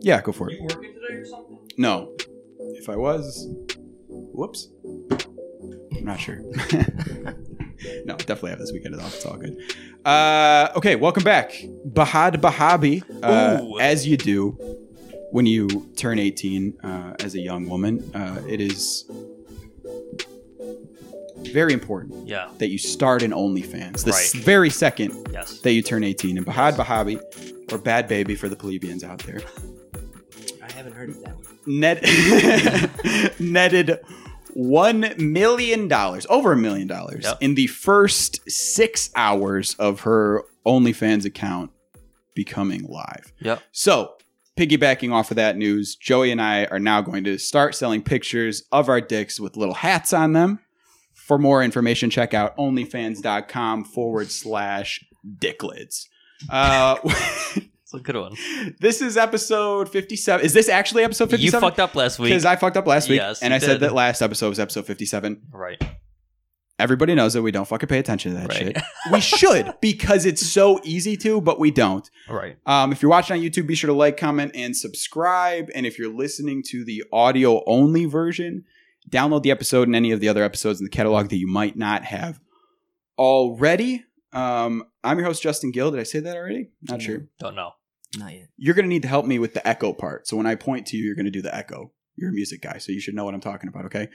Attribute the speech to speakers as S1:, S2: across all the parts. S1: Yeah, go for it.
S2: You working today or something?
S1: No. If I was, whoops. I'm not sure. no, definitely have this weekend off. It's all good. Uh, okay, welcome back. Bahad Bahabi, uh,
S2: Ooh.
S1: as you do when you turn 18 uh, as a young woman, uh, it is very important
S2: Yeah.
S1: that you start an OnlyFans. The s
S2: Right.
S1: very second
S2: Yes.
S1: that you turn 18. And Bahad Bahabi, or Bad Baby for the plebeians out there,
S2: I haven't heard of that one.
S1: net netted one million dollars, over a million dollars,
S2: Yep.
S1: in the first six hours of her OnlyFans account becoming live.
S2: Yep.
S1: So, piggybacking off of that news, Joey and I are now going to start selling pictures of our dicks with little hats on them. For more information, check out onlyfans.com forward slash dicklets. Uh,
S2: It's a good one.
S1: this is episode 57. Is this actually episode 57?
S2: You fucked up last week.
S1: Because I fucked up last week,
S2: Yes,
S1: and
S2: you
S1: I said
S2: did.
S1: that last episode was episode fifty-seven.
S2: right.
S1: Everybody knows that we don't fucking pay attention to that
S2: Right.
S1: shit. We should because it's so easy to, but we don't.
S2: Right.
S1: Um, if you're watching on YouTube, be sure to like, comment, and subscribe. And if you're listening to the audio only version, download the episode and any of the other episodes in the catalog that you might not have already. Um, I'm your host Justin Gill. Did I say that already? Not
S3: Yeah.
S1: sure.
S2: Don't know.
S3: Not yet.
S1: You're gonna need to help me with the echo part. So when I point to you, you're gonna do the echo. You're a music guy, so you should know what I'm talking about. Okay.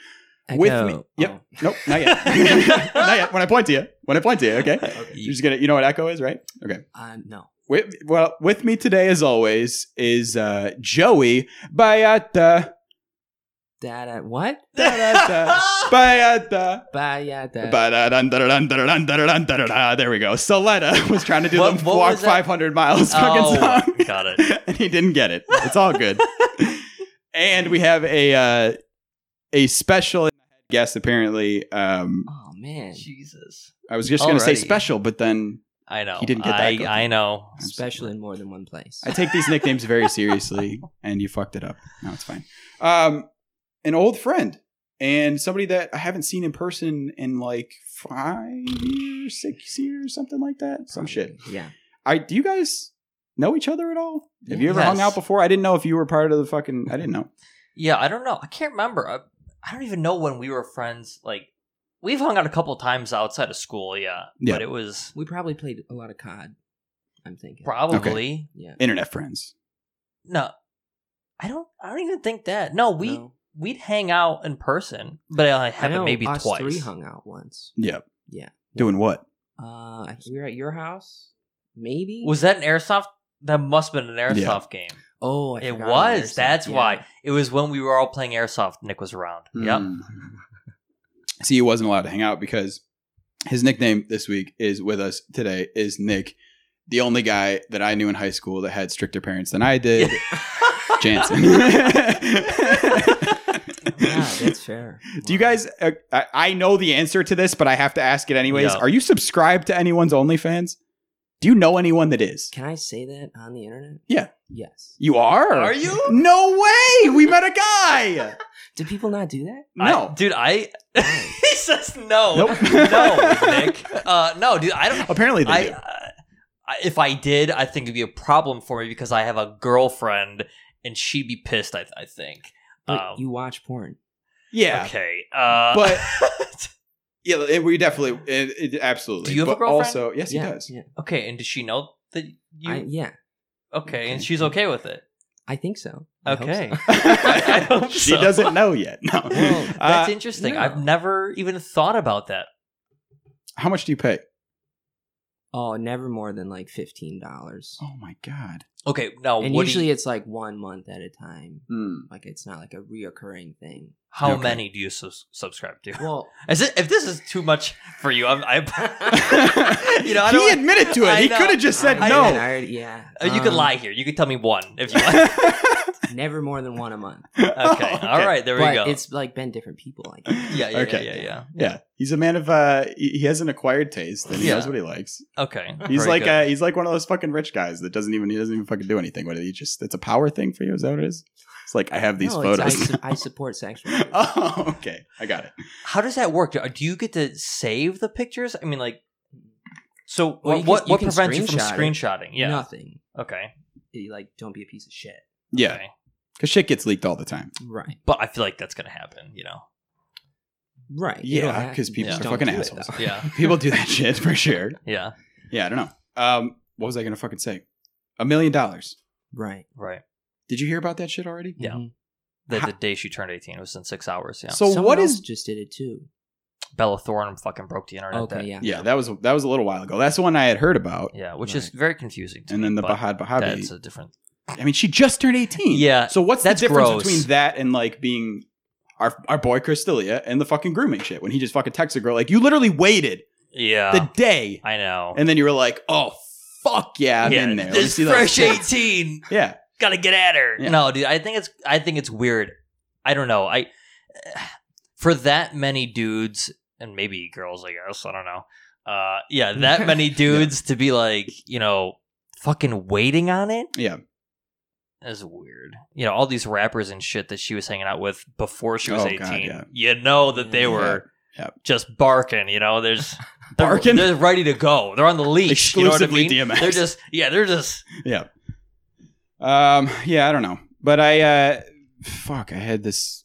S1: With me-
S3: Echo.
S1: yep. Nope, not yet. not yet. When I point to you, when I point to you, okay? You're just gonna, you know what echo is, right? Okay.
S3: Oh, uh, no.
S1: With, well, with me today, as always, is uh, Joey Bayata.
S3: Dada. What?
S1: Da-da-da. Bayata.
S3: Ba ya da.
S1: Ba-da-dun-da-da-dun-da-da-dun-da-da-da. There we go. Soletta was trying to do
S2: What-
S1: the
S2: what
S1: walk
S2: was that?
S1: 500 miles fucking
S2: Oh,
S1: song.
S2: got it.
S1: and he didn't get it. It's all good. and we have a uh, a special guest. Apparently, um,
S3: Oh man.
S2: Jesus.
S1: I was just going to say
S2: Alrighty.
S1: special, but then
S2: I know.
S1: He didn't get that
S2: I,
S1: cookie.
S2: I know.
S3: Special in more than one place.
S1: I take these nicknames very seriously, and you fucked it up. No, it's fine. Um, an old friend and somebody that I haven't seen in person in like five years, six years, something like that. Some shit.
S3: Yeah.
S1: I do you guys know each other at all? Have you ever
S2: Yes.
S1: hung out before? I didn't know if you were part of the fucking. I didn't know.
S2: Yeah, I don't know. I can't remember. I, I don't even know when we were friends. Like, we've hung out a couple times outside of school, yeah.
S1: Yeah.
S2: But it was
S3: We probably played a lot of COD. I'm thinking.
S2: probably.
S3: yeah.
S1: Internet friends.
S2: No. I don't. I don't even think that. No, we
S3: No.
S2: we'd hang out in person, but I
S3: I know
S2: haven't maybe
S3: us
S2: twice.
S3: three hung out once.
S1: Yeah.
S3: Yeah.
S1: Doing what?
S3: Uh, we were at your house. Maybe.
S2: Was that an airsoft? That must have been an airsoft game.
S3: Oh, I
S2: It
S3: forgot about
S2: was.
S3: Airsoft.
S2: That's
S3: Yeah.
S2: why it was when we were all playing airsoft. Nick was around. Yep.
S1: Mm. See, he wasn't allowed to hang out because his nickname this week is with us today is Nick, the only guy that I knew in high school that had stricter parents than I did, Jansen.
S3: Yeah, that's fair.
S1: Do you guys? Uh, I, I know the answer to this, but I have to ask it anyways.
S2: Yeah.
S1: Are you subscribed to anyone's OnlyFans? Do you know anyone that is?
S3: Can I say that on the internet?
S1: Yeah.
S3: Yes.
S1: You are?
S2: Are you?
S1: No way! We met a guy.
S3: Do people not do that?
S2: I-
S1: No.
S2: dude. I he says no,
S1: Nope.
S2: no, Nick. Uh, no, dude. I don't.
S1: Apparently they
S2: I,
S1: do.
S2: uh, I if I did, I think it'd be a problem for me because I have a girlfriend and she'd be pissed. I, I think.
S3: But
S2: Um,
S3: you watch porn.
S1: Yeah.
S2: Okay. Uh,
S1: But- Yeah, it, we definitely, it, it, absolutely.
S2: Do you have a
S1: But
S2: girlfriend?
S1: Also, yes,
S3: yeah,
S1: he does.
S3: Yeah.
S2: okay, and does she know that you?
S3: I, yeah.
S2: okay,
S1: okay.
S2: and she's okay with it.
S3: I think so. I hope
S2: Okay.
S3: so.
S2: I hope
S1: she
S2: so.
S1: doesn't know yet. No.
S3: Well,
S1: Uh,
S2: That's interesting.
S3: no.
S2: I've never even thought about that.
S1: how much do you pay?
S3: Oh, never more than like fifteen dollars.
S1: Oh my god.
S2: Okay, now
S3: and
S2: Oh, what do
S3: usually
S2: you-
S3: it's like one month at a time. Like it's not like a reoccurring thing.
S2: how
S1: okay.
S2: many do you sus- subscribe to?
S3: Well,
S2: Is it, if this is too much for you, I'm. I, you know, I
S1: he
S2: don't.
S1: admitted to it.
S2: I
S1: He
S2: know.
S1: could have just said
S3: I-
S1: no.
S3: I already, yeah.
S2: uh, you could
S3: um,
S2: lie here. You could tell me one if you like.
S3: Never more than one a month.
S1: Oh,
S2: Okay. All right. There
S3: but
S2: we go.
S3: Oh, it's like been different people. Like that.
S2: yeah. Yeah.
S1: Okay.
S2: Yeah. Yeah. yeah.
S1: Yeah, he's a man of uh he he has an acquired taste and he
S2: Yeah.
S1: knows what he likes.
S2: Okay.
S1: He's
S2: very
S1: like
S2: good.
S1: uh he's like one of those fucking rich guys that doesn't even he doesn't even fucking do anything. What he just it's a power thing for you, is that what it is? It's like I have these
S3: no, it's-
S1: photos.
S3: I, su- I support sexual.
S1: oh, okay. I got it.
S2: How does that work? Do- Do you get to save the pictures? I mean, like. So
S3: Well,
S2: what?
S3: you can-
S2: what
S3: you
S2: what
S3: can
S2: prevents you from
S3: screenshot
S2: screenshotting?
S3: it.
S2: Yeah.
S3: Nothing.
S2: Okay.
S3: You, Like, don't be a piece of shit.
S1: Yeah,
S2: Okay.
S1: because shit gets leaked all the time.
S3: Right.
S2: But I feel like that's gonna happen. You know.
S3: Right. You don't
S1: Yeah,
S3: have-
S1: because
S3: you
S1: people
S2: Yeah.
S3: just
S1: are
S3: don't
S1: fucking
S3: do it,
S1: assholes.
S3: though.
S2: Yeah.
S1: people do that shit for sure.
S2: Yeah.
S1: Yeah, I don't know. Um, what was I gonna fucking say? A million dollars.
S3: Right.
S2: Right.
S1: Did you hear about that shit already?
S2: Yeah.
S3: Mhm.
S2: The,
S1: How-
S2: the day she turned eighteen it was in six hours. Yeah.
S1: So
S3: Someone
S1: what
S3: else
S1: is?
S3: just did it too?
S2: Bella Thorne fucking broke the internet.
S3: Okay.
S2: that-
S3: Yeah.
S1: Yeah, that was that was a little while ago. That's the one I had heard about.
S2: Yeah, which is
S3: Right.
S2: very confusing. To
S1: And
S2: me,
S1: then the
S2: but
S1: Bahad Bahabi.
S2: That's a different.
S1: I mean, she just turned eighteen.
S2: Yeah,
S1: So what's
S2: that's
S1: the difference
S2: gross.
S1: between that and like being our our boy Cristelia and the fucking grooming shit when he just fucking texts a girl like you literally waited
S2: Yeah,
S1: the day
S2: I know.
S1: and then you were like oh fuck yeah I'm
S2: yeah,
S1: in there Let me
S2: This
S1: see those
S2: fresh
S1: tits.
S2: eighteen.
S1: yeah
S2: Gotta get at her.
S1: Yeah.
S2: No, dude. I think it's. I think it's weird. I don't know. I for that many dudes and maybe girls. I guess I don't know. Uh, yeah, that many dudes to be like you know fucking waiting on it.
S1: yeah
S2: That's weird. You know, all these rappers and shit that she was hanging out with before she was
S1: Oh,
S2: 18.
S1: God, yeah.
S2: You know that they
S3: Yeah.
S2: were
S1: Yeah.
S2: just barking, you know, there's they're-
S1: Barking?
S2: They're, ready to go. They're on the leash.
S1: Exclusively
S2: you know what
S1: DMX.
S2: I mean? They're just yeah, they're just
S1: um yeah I don't know but I uh fuck I had this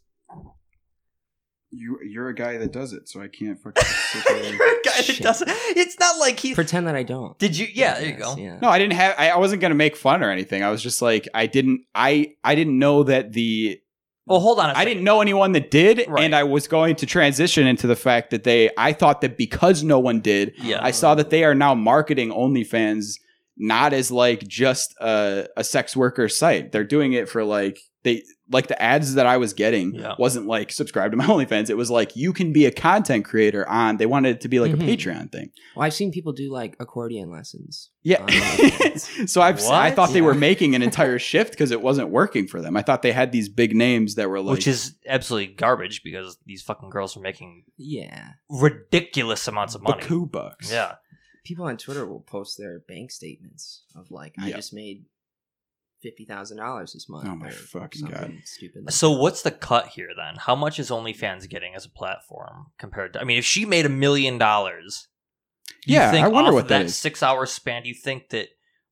S1: you you're a guy that does it so I can't fucking sit
S2: You're
S1: there.
S2: a guy that
S3: Shit.
S2: doesn't it's not like he
S3: Pretend that I don't.
S2: Did you yeah, there you
S3: Yes,
S2: go.
S3: Yeah.
S1: No, I didn't have. I, I wasn't gonna make fun or anything. I was just like, I didn't. I I didn't know that the.
S2: Well, hold on a
S1: I
S2: second.
S1: didn't know anyone that did,
S2: Right.
S1: and I was going to transition into the fact that they. I thought that because no one did,
S2: Yeah.
S1: I saw that they are now marketing OnlyFans not as like just a, a sex worker site. They're doing it for like they like the ads that I was getting
S2: Yeah.
S1: wasn't like subscribe to my OnlyFans. It was like you can be a content creator on. They wanted it to be like
S3: Mhm.
S1: a Patreon thing.
S3: Well, I've seen people do like accordion lessons.
S1: Yeah.
S3: Um,
S1: so I've I
S2: Uh-huh. What?
S1: thought they
S3: Yeah.
S1: were making an entire shift because it wasn't working for them. I thought they had these big names that were like
S2: Which is absolutely garbage because these fucking girls are making
S3: Yeah.
S2: ridiculous amounts of money.
S1: Baku bucks.
S2: Yeah.
S3: People on Twitter will post their bank statements of like, I
S1: Yeah.
S3: just made fifty thousand dollars this month.
S1: Oh my
S3: or
S1: fucking God.
S3: something Stupid. like
S2: So
S3: that.
S2: what's the cut here then? How much is OnlyFans getting as a platform compared to? I mean, if she made a million dollars, you
S1: Yeah,
S2: think
S1: I wonder
S2: off
S1: what
S2: of
S1: that
S2: that
S1: is.
S2: six-hour span, you think that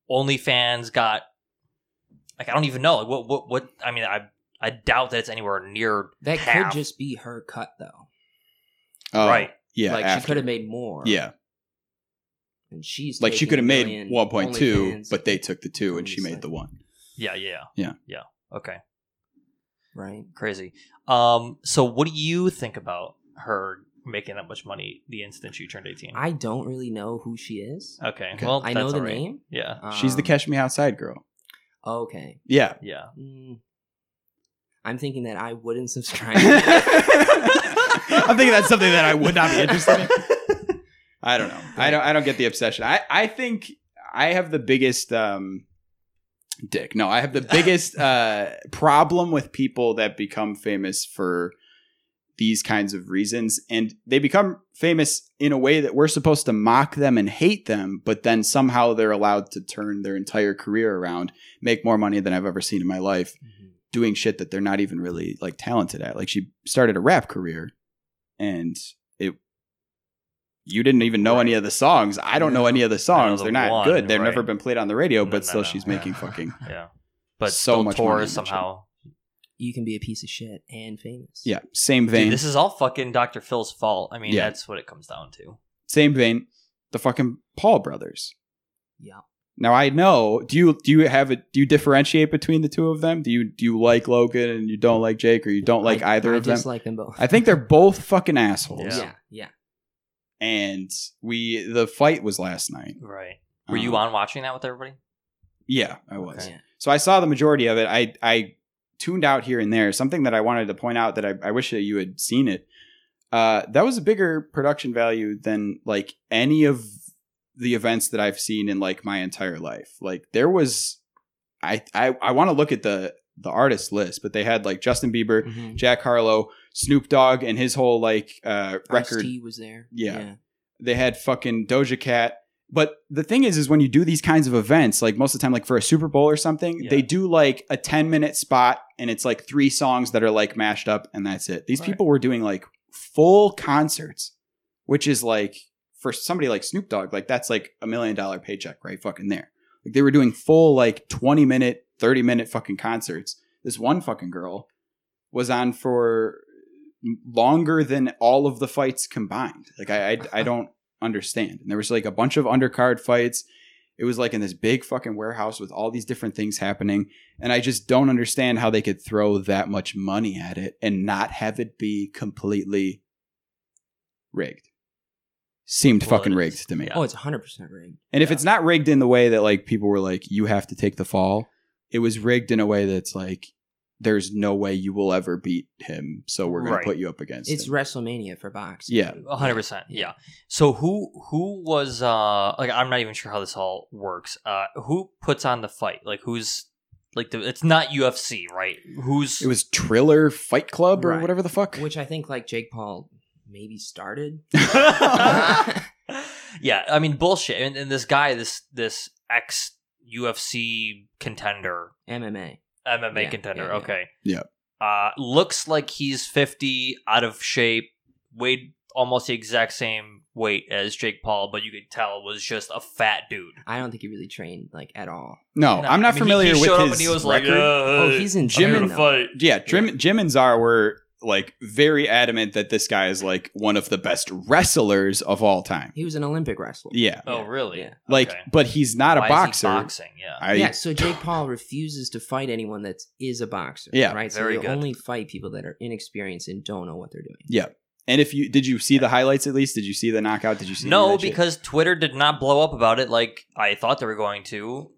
S2: OnlyFans got like I don't even know like what what what? I mean, I I doubt that it's anywhere near
S3: that
S2: half.
S3: could just be her cut though.
S1: Oh,
S2: right.
S1: Yeah.
S3: like she
S1: after.
S3: could have made more.
S1: Yeah.
S3: And she's
S1: Like she
S3: taking
S1: could have
S3: a
S1: made
S3: million
S1: one point two,
S3: OnlyFans.
S1: but they took the two and
S3: Only
S1: she made
S3: site.
S1: the one.
S2: Yeah, yeah,
S1: Yeah.
S2: yeah. Okay,
S3: right.
S2: crazy. Um, so what do you think about her making that much money the instant she turned eighteen?
S3: I don't really know who she is.
S2: okay,
S1: Okay.
S2: well,
S3: I know
S2: that's
S3: the
S2: all right.
S3: name.
S2: Yeah,
S1: She's the
S3: Um,
S1: Catch Me Outside girl.
S3: Okay.
S1: Yeah.
S2: yeah.
S3: Mm. I'm thinking that I wouldn't subscribe.
S1: I'm thinking that's something that I would not be interested in. I don't know. I don't. I don't get the obsession. I. I think I have the biggest um, dick. No, I have the biggest uh, problem with people that become famous for these kinds of reasons, and they become famous in a way that we're supposed to mock them and hate them, but then somehow they're allowed to turn their entire career around, make more money than I've ever seen in my life,
S3: Mhm.
S1: doing shit that they're not even really like talented at. Like she started a rap career and it you didn't even know any of the songs. I don't know any of the songs.
S2: the
S1: they're not
S2: one,
S1: good. They've
S2: right.
S1: never been played on the radio,
S2: No,
S1: but
S2: no,
S1: still
S2: no,
S1: she's
S2: yeah.
S1: making fucking
S2: Yeah. But
S1: So
S2: still
S1: much
S2: Tor
S1: money in that
S2: somehow.
S3: You can be a piece of shit and famous.
S1: yeah, same vein.
S2: Dude, this is all fucking Dr. Phil's fault. I mean,
S1: Yeah.
S2: that's what it comes down to.
S1: same vein. The fucking Paul brothers.
S3: Yeah.
S1: Now I know. Do you do you have a do you differentiate between the two of them? Do you do you like Logan and you don't like Jake or you don't like
S3: I-
S1: either
S3: I
S1: of them?
S3: just like them both.
S1: I think they're both fucking assholes.
S2: Yeah.
S3: Yeah. Yeah.
S1: And we the fight was last night.
S2: Right. Were you
S1: Um,
S2: on watching that with everybody?
S1: Yeah, I was.
S3: Okay.
S1: So I saw the majority of it. I I tuned out here and there. Something that I wanted to point out that I, I wish that you had seen it. Uh, that was a bigger production value than like any of the events that I've seen in like my entire life. Like there was, I I I want to look at the the artist list, but they had like Justin Bieber,
S2: Mm-hmm.
S3: Mhm.
S1: Jack Harlow, Snoop Dogg, and his whole like uh, record
S3: Ice-T was there.
S1: Yeah. they had fucking Doja Cat. But the thing is, is when you do these kinds of events, like most of the time, like for a Super Bowl or something,
S2: Yeah.
S1: they do like a 10 minute spot and it's like three songs that are like mashed up and that's it. These
S2: Right.
S1: people were doing like full concerts, which is like for somebody like Snoop Dogg, like that's like a million dollar paycheck right fucking there. Like they were doing full like 20 minute 30 minute fucking concerts. This one fucking girl was on for longer than all of the fights combined. Like I, I, I don't understand. And there was like a bunch of undercard fights. It was like in this big fucking warehouse with all these different things happening, and I just don't understand how they could throw that much money at it and not have it be completely rigged. Seemed
S2: Well,
S1: fucking
S2: it is.
S1: rigged to me.
S2: Yeah.
S3: Oh, it's 100% rigged.
S1: And if
S2: Yeah.
S1: it's not rigged in the way that like people were like, you have to take the fall, it was rigged in a way that's like, there's no way you will ever beat him, so we're gonna
S2: Right.
S1: put you up against
S3: It's
S1: him.
S3: WrestleMania for boxing.
S1: Yeah.
S2: A hundred percent. Yeah. So who who was uh like I'm not even sure how this all works. Uh who puts on the fight? Like who's like the it's not UFC, right? Who's
S1: It was Triller Fight Club or
S3: Right.
S1: whatever the fuck.
S3: Which I think like Jake Paul maybe started.
S2: Yeah, I mean bullshit. And, and this guy, this this ex UFC contender,
S3: MMA.
S2: MMA
S3: Yeah,
S2: contender,
S3: yeah, yeah.
S2: okay.
S1: Yeah.
S2: Uh looks like he's 50, out of shape, weighed almost the exact same weight as Jake Paul, but you could tell was just a fat dude.
S3: I don't think he really trained like at all.
S1: no,
S2: No,
S1: Oh, I'm not
S2: I mean, he-
S1: familiar
S2: he
S1: with
S2: showed up
S1: his
S2: and he was like,
S1: record.
S2: "Uh,
S3: Oh, he's in
S1: Jim
S3: jail
S1: and
S3: now.
S2: fight.
S1: yeah, Jim, Jim and Czar were like very adamant that this guy is like one of the best wrestlers of all time.
S3: He was an Olympic wrestler.
S1: Yeah,
S2: Oh, really?
S3: Yeah.
S1: like,
S2: Okay.
S1: but he's not
S2: Why
S1: a
S2: is he
S1: boxer.
S2: boxing, yeah.
S1: I,
S3: yeah, so Jake Paul refuses to fight anyone that is a boxer.
S1: Yeah.
S3: right.
S2: Very
S3: so
S2: good.
S3: you only fight people that are inexperienced and don't know what they're doing.
S1: Yeah. And if you did you see the highlights at least? Did you see the knockout? Did you see any
S2: No,
S1: of that shit?
S2: because Twitter did not blow up about it like I thought they were going to.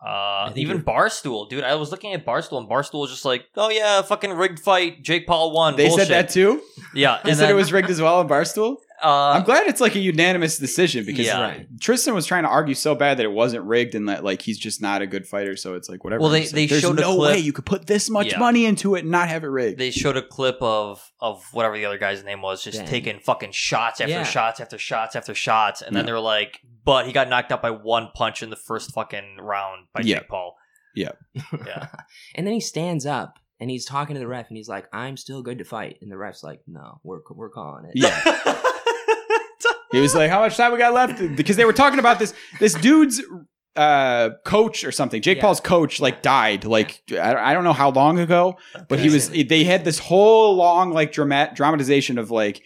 S2: Uh,
S3: think
S2: even
S3: you're-
S2: Barstool, dude. I was looking at Barstool, and Barstool was just like, "Oh yeah, fucking rigged fight. Jake Paul won."
S1: they
S2: Bullshit.
S1: said that too.
S2: Yeah,
S1: They
S2: and
S1: said
S2: then,
S1: it was rigged as well in Barstool. I'm
S2: Uh,
S1: glad it's like a unanimous decision because
S2: Yeah.
S3: Right.
S1: Tristan was trying to argue so bad that it wasn't rigged and that like he's just not a good fighter. So it's like whatever.
S2: Well, they-
S1: It's like,
S2: they
S1: there's
S2: showed a
S1: no
S2: clip-
S1: way you could put this much
S2: Yeah.
S1: money into it and not have it rigged.
S2: they showed a clip of of whatever the other guy's name was, just
S3: Dang.
S2: taking fucking shots after
S3: Yeah.
S2: shots after shots after shots, and then
S1: Yeah.
S2: they were like, "But he got knocked out by one punch in the first fucking round by
S1: Yeah.
S2: Jake Paul." Yeah.
S3: and then he stands up and he's talking to the ref and he's like, "I'm still good to fight." And the ref's like, "No, we're we're calling it."
S1: yeah. He was like, "How much time we got left?" Because they were talking about this this dude's uh, coach or something. Jake
S3: Yeah.
S1: Paul's coach like died like I I don't know how long ago, but he was.
S3: Crazy.
S1: They had this whole long like dramat dramatization of like.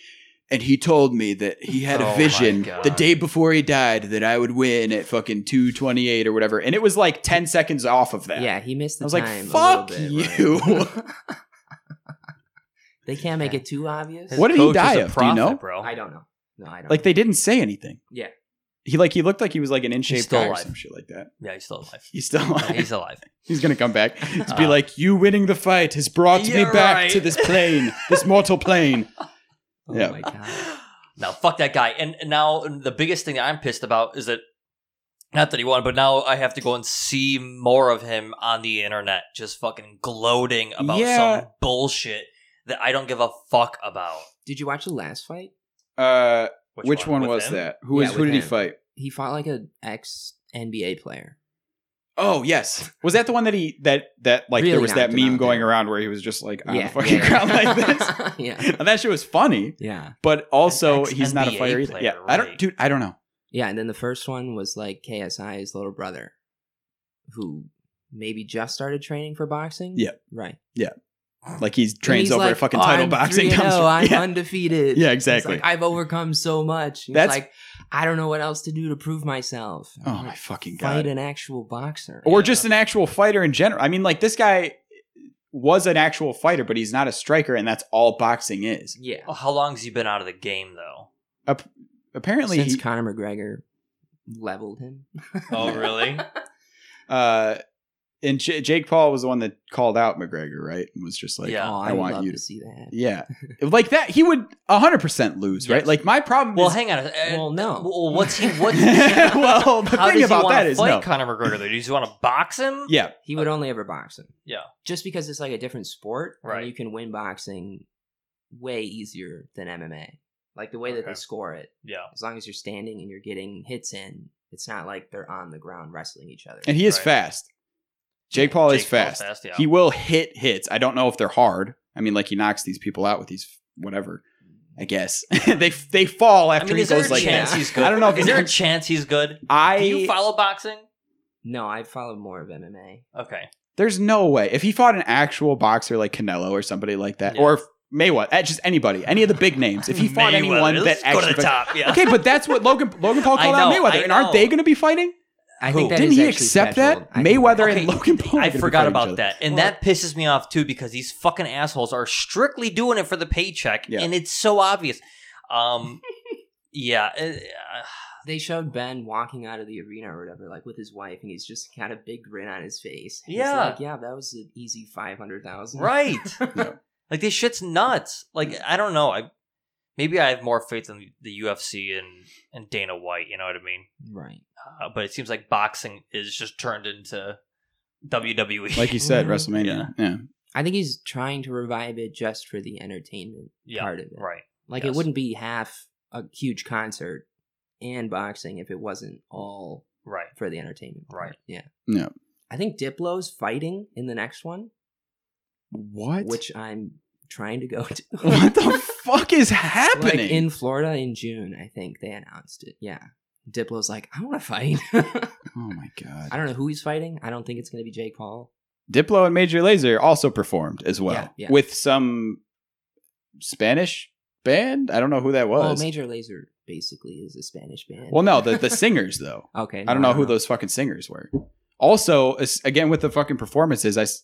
S1: And he told me that he had
S2: Oh
S1: a
S2: my
S1: vision
S2: God.
S1: the day before he died that I would win at fucking 228 or whatever. And it was like 10 seconds off of that.
S3: Yeah, he missed
S1: I
S3: the
S1: was
S3: time.
S1: like,
S3: a
S1: fuck
S3: little bit,
S1: you.
S3: right? they can't make it too obvious.
S1: What did he
S2: Coach is
S1: die
S2: a
S1: of? Do you know?
S2: prophet, Bro,
S3: I don't know. No, I don't.
S1: Like
S3: know.
S1: they didn't say anything.
S3: Yeah.
S1: He like he looked like he was like an in shape
S2: still
S1: guy or
S2: alive.
S1: some shit like that.
S2: yeah, he's still alive.
S1: He's still
S2: Yeah,
S1: alive.
S2: he's alive.
S1: He's gonna come back to be
S2: Uh,
S1: like, "You winning the fight has brought me
S2: You're
S1: back
S2: right.
S1: to this plane, this mortal plane."
S3: oh
S1: yeah.
S3: my god.
S2: now fuck that guy. And and now the biggest thing that I'm pissed about is that not that he won, but now I have to go and see more of him on the internet, just fucking gloating about
S1: Yeah.
S2: some bullshit that I don't give a fuck about.
S3: Did you watch the last fight?
S1: Uh,
S2: Which,
S1: which, one,
S2: With
S1: was
S2: him?
S1: that? Who
S3: Yeah,
S1: was who
S3: with
S1: did he
S3: him.
S1: fight?
S3: He fought like an ex NBA player.
S1: Oh yes, was that the one that he that that like there
S3: Really
S1: was that
S3: knocked him
S1: meme
S3: out
S1: going
S3: there.
S1: around where he was just like on
S3: yeah,
S1: the fucking
S3: yeah.
S1: ground like this?
S3: yeah.
S1: and that shit was funny,
S3: Yeah.
S1: but also
S2: An
S1: he's not a
S2: ex-NBA
S1: fighter either. Yeah,
S2: player,
S1: I don't,
S2: right.
S1: dude, I don't know.
S3: Yeah, and then the first one was like KSI's little brother, who maybe just started training for boxing.
S1: Yeah.
S3: Right.
S1: Like he trains
S3: he's
S1: over
S3: like,
S1: a fucking
S3: "Oh,
S1: title
S3: I'm
S1: boxing.
S3: 3-0,
S1: Comes from,
S3: I'm
S1: yeah,
S3: undefeated.
S1: yeah,
S3: He's like,
S1: exactly.
S3: I've overcome so much. He's
S1: That's-
S3: like, I don't know what else to do to prove myself. I'm
S1: oh
S3: like,
S1: my fucking god!
S3: Fight an actual boxer.
S1: or
S2: Yeah.
S1: just an actual fighter in general. I mean, like this guy was an actual fighter, but he's not a striker, and that's all boxing is.
S3: yeah.
S2: Well, Oh, how long's he been out of the game though?
S1: Apparently,
S3: Since
S1: he,
S3: Conor McGregor leveled him.
S2: Oh, really?
S1: uh, and J- Jake Paul was the one that called out McGregor, right? And was just like,
S2: Yeah.
S3: oh,
S1: I
S3: I, would
S1: want
S3: love
S1: you
S3: to
S1: to-
S3: see that.
S1: yeah, like that. He would hundred percent lose, right?
S2: Yes.
S1: Like my problem
S2: Well,
S1: is.
S2: hang on. a- uh,
S3: Well, no.
S2: Well, what's he? What?
S1: well, the
S2: how
S1: thing
S2: does he
S1: about
S2: wanna
S1: that is
S2: fight
S1: no.
S2: Conor McGregor. Though? Does he want to box him?
S1: Yeah,
S3: He would only ever box him.
S2: Yeah.
S3: Just because it's like a different sport, and
S2: Right.
S3: you can win boxing way easier than MMA. Like the way that
S2: Okay.
S3: they score it,
S2: Yeah.
S3: as long as you're standing and you're getting hits in, it's not like they're on the ground wrestling each other.
S1: and he is
S2: Right.
S1: fast. Jake Paul is
S2: Jake Paul's
S1: fast.
S2: fast, yeah.
S1: He will hit hits. I don't know if they're hard. I mean, like he knocks these people out with these whatever. I guess they they fall
S2: I
S1: after
S2: mean,
S1: he
S2: is there a
S1: goes like
S2: chance
S1: that.
S2: he's good?
S1: I don't know if
S2: Is
S1: it's-
S2: there a chance he's good?
S1: I
S2: Do you follow boxing?
S3: no, I follow more of MMA.
S2: Okay.
S1: There's no way. If he fought an actual boxer like Canelo or somebody like that,
S2: Yeah.
S1: or Mayweather, eh, just anybody, any of the big names, if he fought
S2: Mayweather,
S1: anyone that
S2: let's go to
S1: actually.
S2: the top. Yeah.
S1: Okay, but that's what Logan Logan Paul
S2: I
S1: called out
S2: know, I
S1: Mayweather, and
S2: know.
S1: aren't they going to be fighting?
S3: I
S2: Who?
S3: think that
S1: Oh, Didn't
S3: is
S1: he
S3: actually
S1: accept
S3: scheduled.
S1: that?
S3: I think
S1: Mayweather
S2: Okay,
S1: and Logan Paul. are
S2: I
S1: gonna be
S2: forgot
S1: fighting each other.
S2: about that. And
S3: Well-
S2: that pisses me off too because these fucking assholes are strictly doing it for the paycheck
S1: Yeah.
S2: and it's so obvious. Um yeah, uh,
S3: They showed Ben walking out of the arena or whatever, like with his wife, and he's just got a big grin on his face. He's
S2: Yeah.
S3: like, yeah, that was an easy five hundred thousand.
S2: right.
S1: Yeah.
S2: Like this shit's nuts. Like I don't know. I maybe I have more faith in the UFC and and Dana White, you know what I mean?
S3: right.
S2: Uh, but it seems like boxing is just turned into E. WWE.
S1: Like you said,
S3: Mhm.
S1: WrestleMania. Yeah.
S3: I think he's trying to revive it just for the entertainment
S2: yeah,
S3: part of it.
S2: right.
S3: Like
S2: Yes.
S3: it wouldn't be half a huge concert and boxing if it wasn't all
S2: Right.
S3: for the entertainment. part.
S2: Right.
S3: Yeah.
S1: Yeah.
S3: I think Diplo's fighting in the next one,
S1: What?
S3: which I'm trying to go to.
S1: what the fuck is happening?
S3: Like in Florida in June, I think they announced it. Yeah. Diplo's like, I want to fight.
S1: oh my god.
S3: I don't know who he's fighting. I don't think it's going to be Jake Paul.
S1: Diplo and Major Laser also performed as well
S3: Yeah, yeah.
S1: with some Spanish band. I don't know who that
S3: Well,
S1: was.
S3: Oh, Major Laser basically is a Spanish band.
S1: well, no, the, the singers though.
S3: okay.
S1: I don't know who those fucking singers were. Also, as, again with the fucking performances, I s-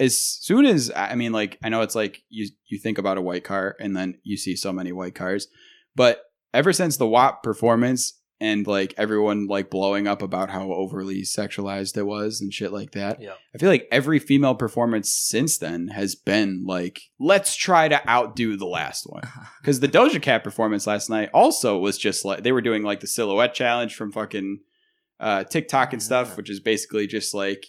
S1: as soon as I mean, like I know it's like you you think about a white car and then you see so many white cars, but ever since the WAP performance and like everyone like blowing up about how overly sexualized it was and shit like that,
S2: Yeah.
S1: I feel like every female performance since then has been like, let's try to outdo the last one. Because the Doja Cat performance last night also was just like they were doing like the silhouette challenge from fucking uh, TikTok and stuff, which is basically just like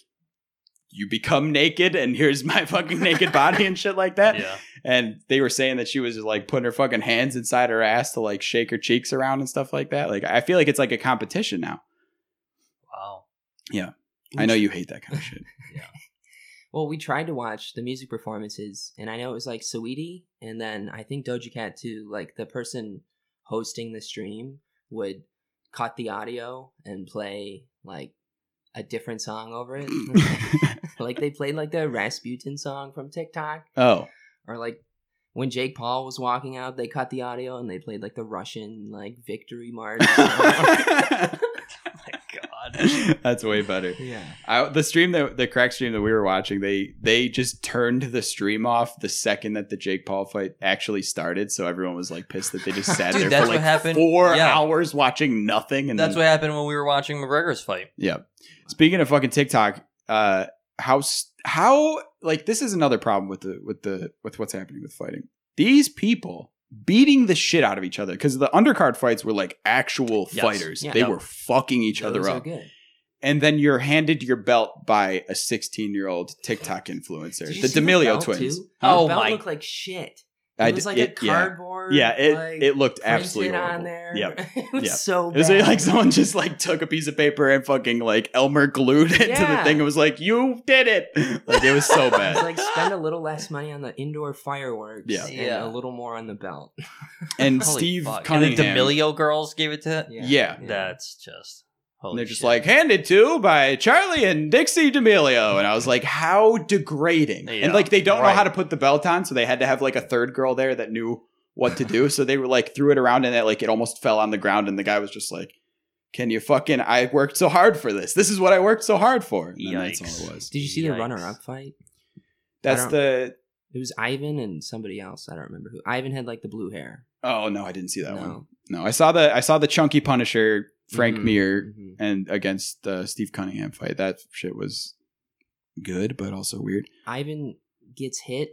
S1: you become naked and here's my fucking naked body and shit like that.
S2: Yeah.
S1: And they were saying that she was like putting her fucking hands inside her ass to like shake her cheeks around and stuff like that. Like I feel like it's like a competition now.
S2: Wow.
S1: I know you hate that kind of shit.
S3: Well, we tried to watch the music performances, and I know it was like Saweetie, and then I think Doja Cat too. Like the person hosting the stream would cut the audio and play like a different song over it. like they played like the Rasputin song from TikTok,
S1: oh,
S3: or like when Jake Paul was walking out, they cut the audio and they played like the Russian like victory march.
S2: Oh my god.
S1: that's way better.
S3: yeah.
S1: I, the stream that the crack stream that we were watching, they they just turned the stream off the second that the Jake Paul fight actually started. So everyone was like pissed that they just sat
S2: Dude,
S1: there
S2: that's
S1: for
S2: what
S1: like
S2: happened.
S1: four
S2: Yeah.
S1: hours watching nothing. And
S2: That's
S1: then,
S2: what happened when we were watching McGregor's fight.
S1: yeah. Speaking of fucking TikTok, uh, how s- how like this is another problem with the with the with what's happening with fighting. These people beating the shit out of each other because the undercard fights were like actual
S2: Yes.
S1: fighters.
S3: Yeah.
S1: they
S2: Yep.
S1: were fucking each other
S3: Those are
S1: up
S3: good.
S1: and then you're handed your belt by a 16 year old TikTok influencer,
S3: Did you
S1: the
S3: see
S1: D'Amelio
S3: belt,
S1: twins.
S3: too?
S1: Huh?
S2: Oh
S3: the belt
S2: my-
S3: looked like shit.
S1: I
S3: It
S1: d-
S3: was like a
S1: it- yeah.
S3: cardboard.
S1: Yeah, it
S3: like,
S1: it looked
S3: printed
S1: absolutely
S3: on
S1: horrible.
S3: there.
S1: Yep.
S3: it was
S1: Yep.
S3: so
S1: It was
S3: bad.
S1: like someone just like took a piece of paper and fucking like Elmer glued it to the
S3: Yeah.
S1: thing and was like, "You did it!" Like it was so
S3: It
S1: bad.
S3: was like spend a little less money on the indoor fireworks
S1: Yeah.
S3: and
S2: Yeah.
S3: a little more on the belt.
S1: and
S2: Holy
S1: Steve
S2: fuck.
S1: Cunningham,
S2: And the D'Amelio girls gave it to.
S1: Yeah.
S2: That's just.
S1: and
S2: Holy
S1: they're just
S2: shit.
S1: like handed to by Charlie and Dixie D'Amelio, and I was like, "How degrading!"
S2: Yeah.
S1: And like they don't know how
S2: Right.
S1: to put the belt on, so they had to have like a third girl there that knew what to do. So they were like threw it around, and it like it almost fell on the ground, and the guy was just like, "Can you fucking? I worked so hard for this. This is what I worked so hard for." And then that's all
S2: Yikes.
S1: it was.
S3: Did you see
S2: Yikes.
S3: the runner-up fight?
S1: That's
S3: don't-
S1: the.
S3: It was Ivan and somebody else. I don't remember who. Ivan had like the blue hair.
S1: Oh no, I didn't see that
S3: No.
S1: one. No, I saw the I saw the chunky Punisher Frank
S3: Mhm.
S2: Mm-hmm.
S1: Mir
S3: Mhm.
S1: and against uh, Steve Cunningham fight. That shit was good, but also weird.
S3: Ivan gets hit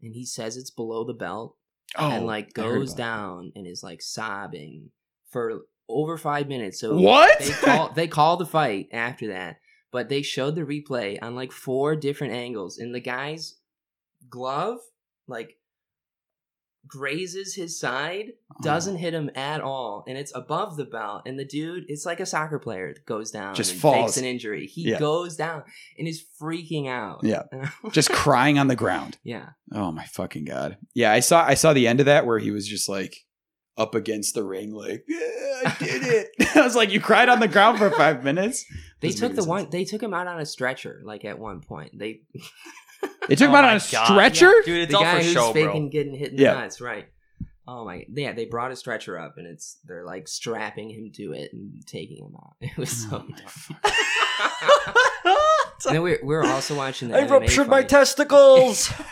S3: and he says it's below the belt
S1: Oh,
S3: and like
S1: I heard
S3: goes
S1: about that.
S3: down and is like sobbing for over five minutes. So
S1: What?
S3: they call they call the fight after that, but they showed the replay on like four different angles, and the guy's glove like grazes his side,
S1: Oh.
S3: doesn't hit him at all, and it's above the belt. And the dude, it's like a soccer player that goes down,
S1: Just
S3: and
S1: falls.
S3: fakes an injury. He
S1: Yeah.
S3: goes down and is freaking out.
S1: Yeah. just crying on the ground.
S3: yeah,
S1: Oh my fucking god. Yeah, I saw I saw the end of that where he was just like up against the ring, like "Yeah, I did it. I was like, you cried on the ground for five minutes.
S3: They
S1: Doesn't
S3: took
S1: make
S3: the
S1: sense.
S3: one. They took him out on a stretcher. Like at one point, they
S1: They took
S2: Oh
S1: him out
S2: my
S1: on a
S2: God.
S1: stretcher.
S2: Dude, it's
S3: the
S2: all
S3: guy
S2: for
S3: who's
S2: show,
S3: faking
S2: bro.
S3: getting hit in
S1: Yeah.
S3: the nuts, right? Oh my, yeah. They brought a stretcher up, and it's they're like strapping him to it and taking him out. It was so.
S2: Mm.
S3: and then we're we're also watching the.
S2: I
S3: MMA
S2: ruptured my
S3: fight.
S2: testicles.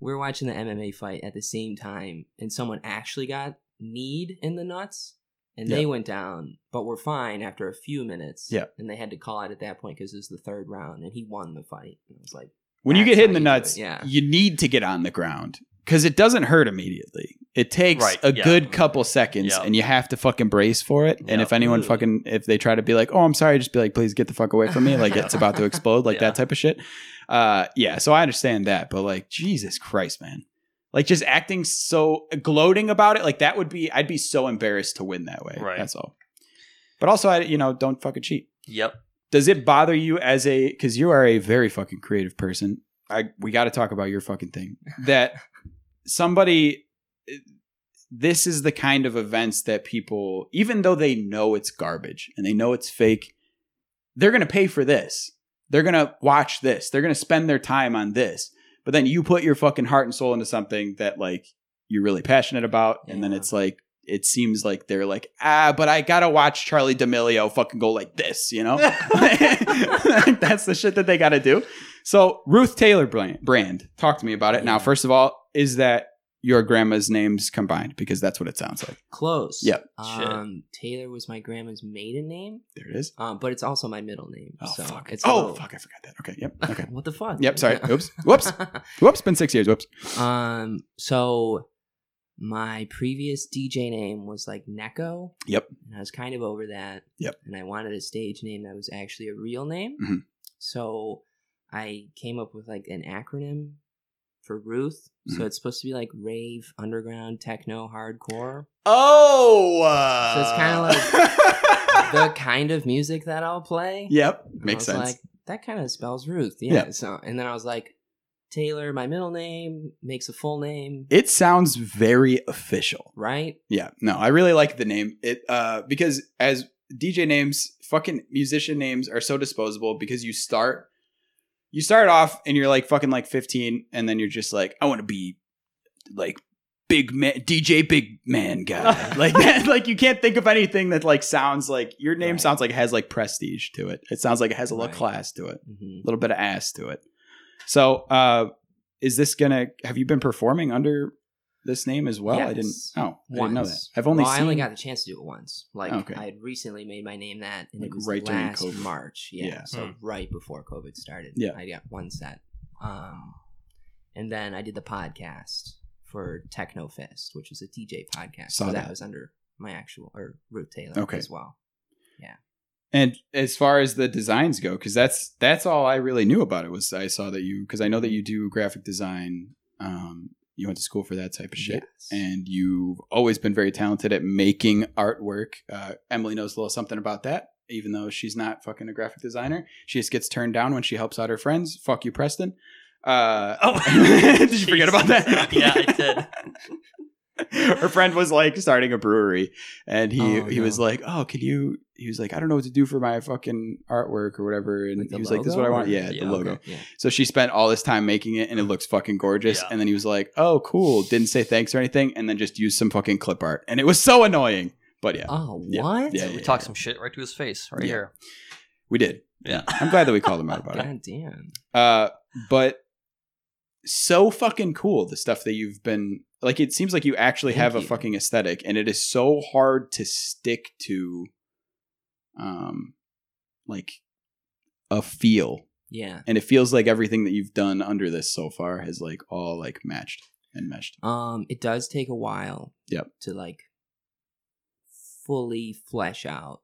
S3: We're watching the MMA fight at the same time, and someone actually got kneed in the nuts, and they went down, but were fine after a few minutes.
S1: Yeah.
S3: and they had to call it at that point because it was the third round, and he won the fight. And it was like.
S1: When you
S3: That's
S1: get hit
S3: how
S1: in the
S3: you do
S1: nuts,
S3: it, yeah.
S1: you need to get on the ground because it doesn't hurt immediately. It takes
S2: Right,
S1: a
S2: yeah.
S1: good couple seconds,
S2: Yeah.
S1: and you have to fucking brace for it. And
S2: Yeah.
S1: if anyone
S3: Ooh.
S1: fucking if they try to be like, "Oh, I'm sorry," just be like, "Please get the fuck away from me!" Like it's about to explode, like
S2: Yeah.
S1: that type of shit. Uh, yeah. So I understand that, but like, Jesus Christ, man! Like just acting so gloating about it, like that would be I'd be so embarrassed to win that way.
S2: Right.
S1: That's all. But also, I you know don't fucking cheat
S2: yep.
S1: does it bother you as a because you are a very fucking creative person i we got to talk about your fucking thing that somebody this is the kind of events that people even though they know it's garbage and they know it's fake they're gonna pay for this they're gonna watch this they're gonna spend their time on this but then you put your fucking heart and soul into something that like you're really passionate about and then
S3: Yeah.
S1: it's like it seems like they're like ah but i gotta watch charlie d'amelio fucking go like this you know Like, that's the shit that they gotta do so ruth taylor brand, brand talk to me about it now
S3: Yeah.
S1: first of all is that your grandma's names combined because that's what it sounds like
S3: Close.
S1: Yep.
S2: Shit.
S3: Um, Taylor was my grandma's maiden name,
S1: there it is
S3: um, but it's also my middle name.
S1: oh
S3: so
S1: fuck
S3: It's a
S1: oh
S3: little-
S1: fuck i forgot that okay yep okay
S3: What the fuck?
S1: yep sorry oops whoops whoops been six years whoops
S3: um. So my previous DJ name was like Neko.
S1: Yep.
S3: And I was kind of over that.
S1: Yep.
S3: And I wanted a stage name that was actually a real name.
S1: Mhm.
S3: So I came up with like an acronym for Ruth. So
S1: Mhm.
S3: it's supposed to be like rave, underground, techno, hardcore.
S1: oh uh.
S3: So it's kinda
S1: like
S3: the kind of music that I'll play.
S1: yep
S3: And I
S1: makes
S3: was
S1: sense
S3: Like that kind of spells Ruth. Yeah.
S1: Yeah.
S3: So and then I was like, Taylor, my middle name makes a full name,
S1: it sounds very official
S3: right?
S1: Yeah, no, I really like the name. It uh because as DJ names, fucking musician names are so disposable because you start you start off and you're like fucking like 15 and then you're just like I want to be like big man DJ big man guy. like that, like you can't think of anything that like sounds like your name
S3: Right.
S1: sounds like it has like prestige to it. It sounds like it has a little
S3: Right.
S1: class to it,
S3: hmm
S1: a little bit of ass to it. So, uh is this going to have you been performing under this name as well? I didn't
S3: Yes.
S1: Oh, I didn't know that.
S3: Once.
S1: I've only
S3: well,
S1: seen
S3: I only got the chance to do it once. Like
S1: Okay.
S3: I had recently made my name that, and
S1: Like,
S3: it was
S1: right during
S3: last
S1: COVID.
S3: March. Yeah,
S1: Yeah.
S3: so
S2: Hmm.
S3: right before COVID started.
S1: Yeah.
S3: I got one set, um, and then I did the podcast for Techno Fest, which is a DJ podcast.
S1: Saw
S3: so that.
S1: that.
S3: was under my actual or Ruth Taylor
S1: Okay.
S3: as well.
S1: And as far as the designs go, because that's that's all I really knew about it was I saw that you because I know that you do graphic design. Um, you went to school for that type of shit,
S3: Yes.
S1: and you've always been very talented at making artwork. Uh, Emily knows a little something about that, even though she's not fucking a graphic designer. She just gets turned down when she helps out her friends. Fuck you, Preston. Uh,
S2: Oh.
S1: did you forget about
S2: Jesus.
S1: that?
S2: Yeah, I did.
S1: her friend was like starting a brewery and he
S3: Oh,
S1: he was
S3: no.
S1: like oh can you he was like i don't know what to do for my fucking artwork or whatever and
S3: Like the
S1: he was like this is what i
S3: logo
S1: want
S3: or-
S1: yeah,
S2: Yeah,
S1: the
S2: okay.
S1: logo
S3: Yeah.
S1: so she spent all this time making it and it looks fucking gorgeous
S2: Yeah.
S1: and then he was like oh cool didn't say thanks or anything and then just used some fucking clip art and it was so annoying but yeah
S3: Oh,
S1: Yeah.
S3: what?
S1: Yeah,
S2: we
S1: yeah,
S2: talked
S1: yeah.
S2: some shit right to his face right
S1: Yeah.
S2: here.
S1: we did
S2: Yeah.
S1: i'm glad that we called him out about it
S3: God damn.
S1: Uh, but so fucking cool the stuff that you've been like. It seems like you actually
S3: Thank
S1: have a
S3: you.
S1: fucking aesthetic, and it is so hard to stick to, um, like a feel.
S3: Yeah.
S1: And it feels like everything that you've done under this so far has like all like matched and meshed.
S3: Um, it does take a while.
S1: Yep.
S3: To like fully flesh out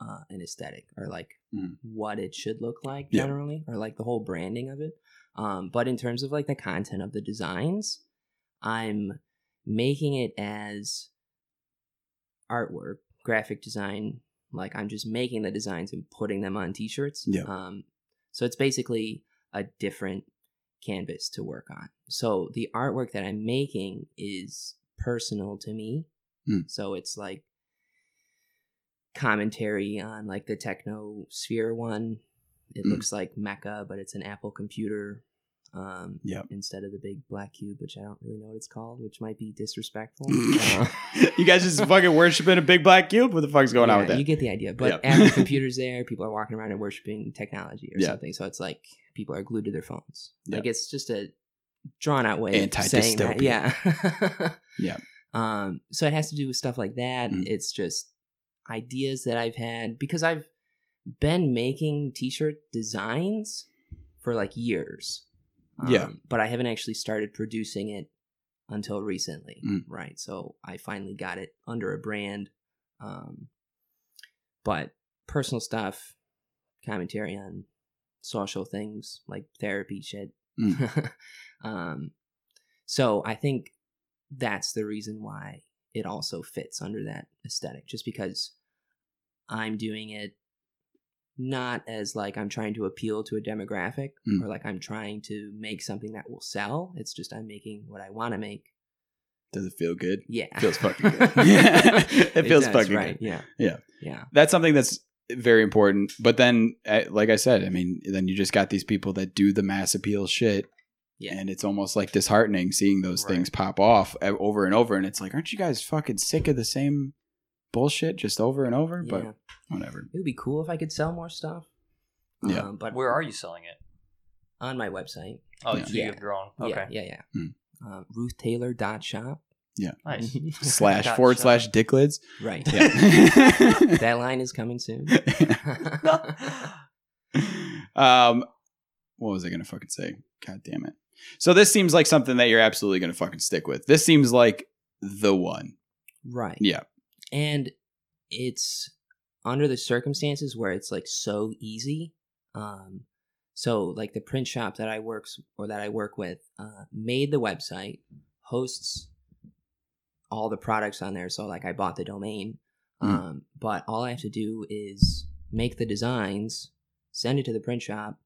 S3: uh, an aesthetic or like
S1: Mhm.
S3: what it should look like
S1: Yeah.
S3: generally, or like the whole branding of it. Um, but in terms of like the content of the designs, I'm making it as artwork, graphic design. Like I'm just making the designs and putting them on t-shirts.
S1: Yeah.
S3: Um, so it's basically a different canvas to work on. So the artwork that I'm making is personal to me
S1: Mm.
S3: So it's like commentary on like the Techno Sphere one. It
S1: Mm.
S3: looks like Mecca, but it's an Apple computer um,
S1: Yep.
S3: instead of the big black cube, which I don't really know what it's called, which might be disrespectful. Uh,
S1: you guys just fucking worshiping a big black cube? What the fuck's going on
S3: yeah,
S1: with that?
S3: You get the idea. But
S1: Yeah.
S3: Apple computers there, people are walking around and worshiping technology or
S1: Yeah.
S3: something. So it's like people are glued to their phones.
S1: Yeah.
S3: Like it's just a drawn out way of saying
S1: Anti-dystopia.
S3: that. Yeah.
S1: Yeah.
S3: Um, so it has to do with stuff like that.
S1: Mm.
S3: It's just ideas that I've had because I've been making t shirt designs for like years. Um,
S1: Yeah.
S3: But I haven't actually started producing it until recently.
S1: Mm.
S3: Right. So I finally got it under a brand. Um, but personal stuff, commentary on social things like therapy shit.
S1: Mm.
S3: um, so I think that's the reason why it also fits under that aesthetic, just because I'm doing it not as like I'm trying to appeal to a demographic
S1: Mm.
S3: or like I'm trying to make something that will sell. It's just I'm making what I want to make.
S1: Does it feel good?
S3: Yeah.
S1: Feels fucking good. It feels
S3: does,
S1: fucking
S3: right.
S1: good.
S3: Yeah.
S1: Yeah.
S3: Yeah.
S1: That's something that's very important. But then, eh, like I said, I mean, then you just got these people that do the mass appeal shit.
S3: Yeah.
S1: And it's almost like disheartening seeing those
S2: Right.
S1: things pop off eh, over and over. And it's like, aren't you guys fucking sick of the same bullshit just over and over?
S3: Yeah.
S1: But whatever.
S3: It would be cool if I could sell more stuff.
S1: Yeah.
S3: Um, but
S2: Where are you selling it?
S3: on my website.
S2: Oh,
S1: Yeah.
S2: so
S3: Yeah.
S2: you have your own.
S3: Yeah,
S2: Okay.
S3: Yeah, yeah.
S1: Hmm.
S3: Uh, RuthTaylor.shop.
S2: Nice.
S1: Slash
S2: Gotcha.
S1: forward slash dicklets.
S3: right.
S1: Yeah.
S3: that line is coming soon.
S1: um, what was I gonna fucking say? God damn it! So this seems like something that you're absolutely gonna fucking stick with. This seems like the one.
S3: right.
S1: Yeah.
S3: And it's under the circumstances where it's like so easy. Um, so like the print shop that I works or that I work with uh, made the website, hosts all the products on there. So like I bought the domain,
S1: Mm.
S3: um, but all I have to do is make the designs, send it to the print shop,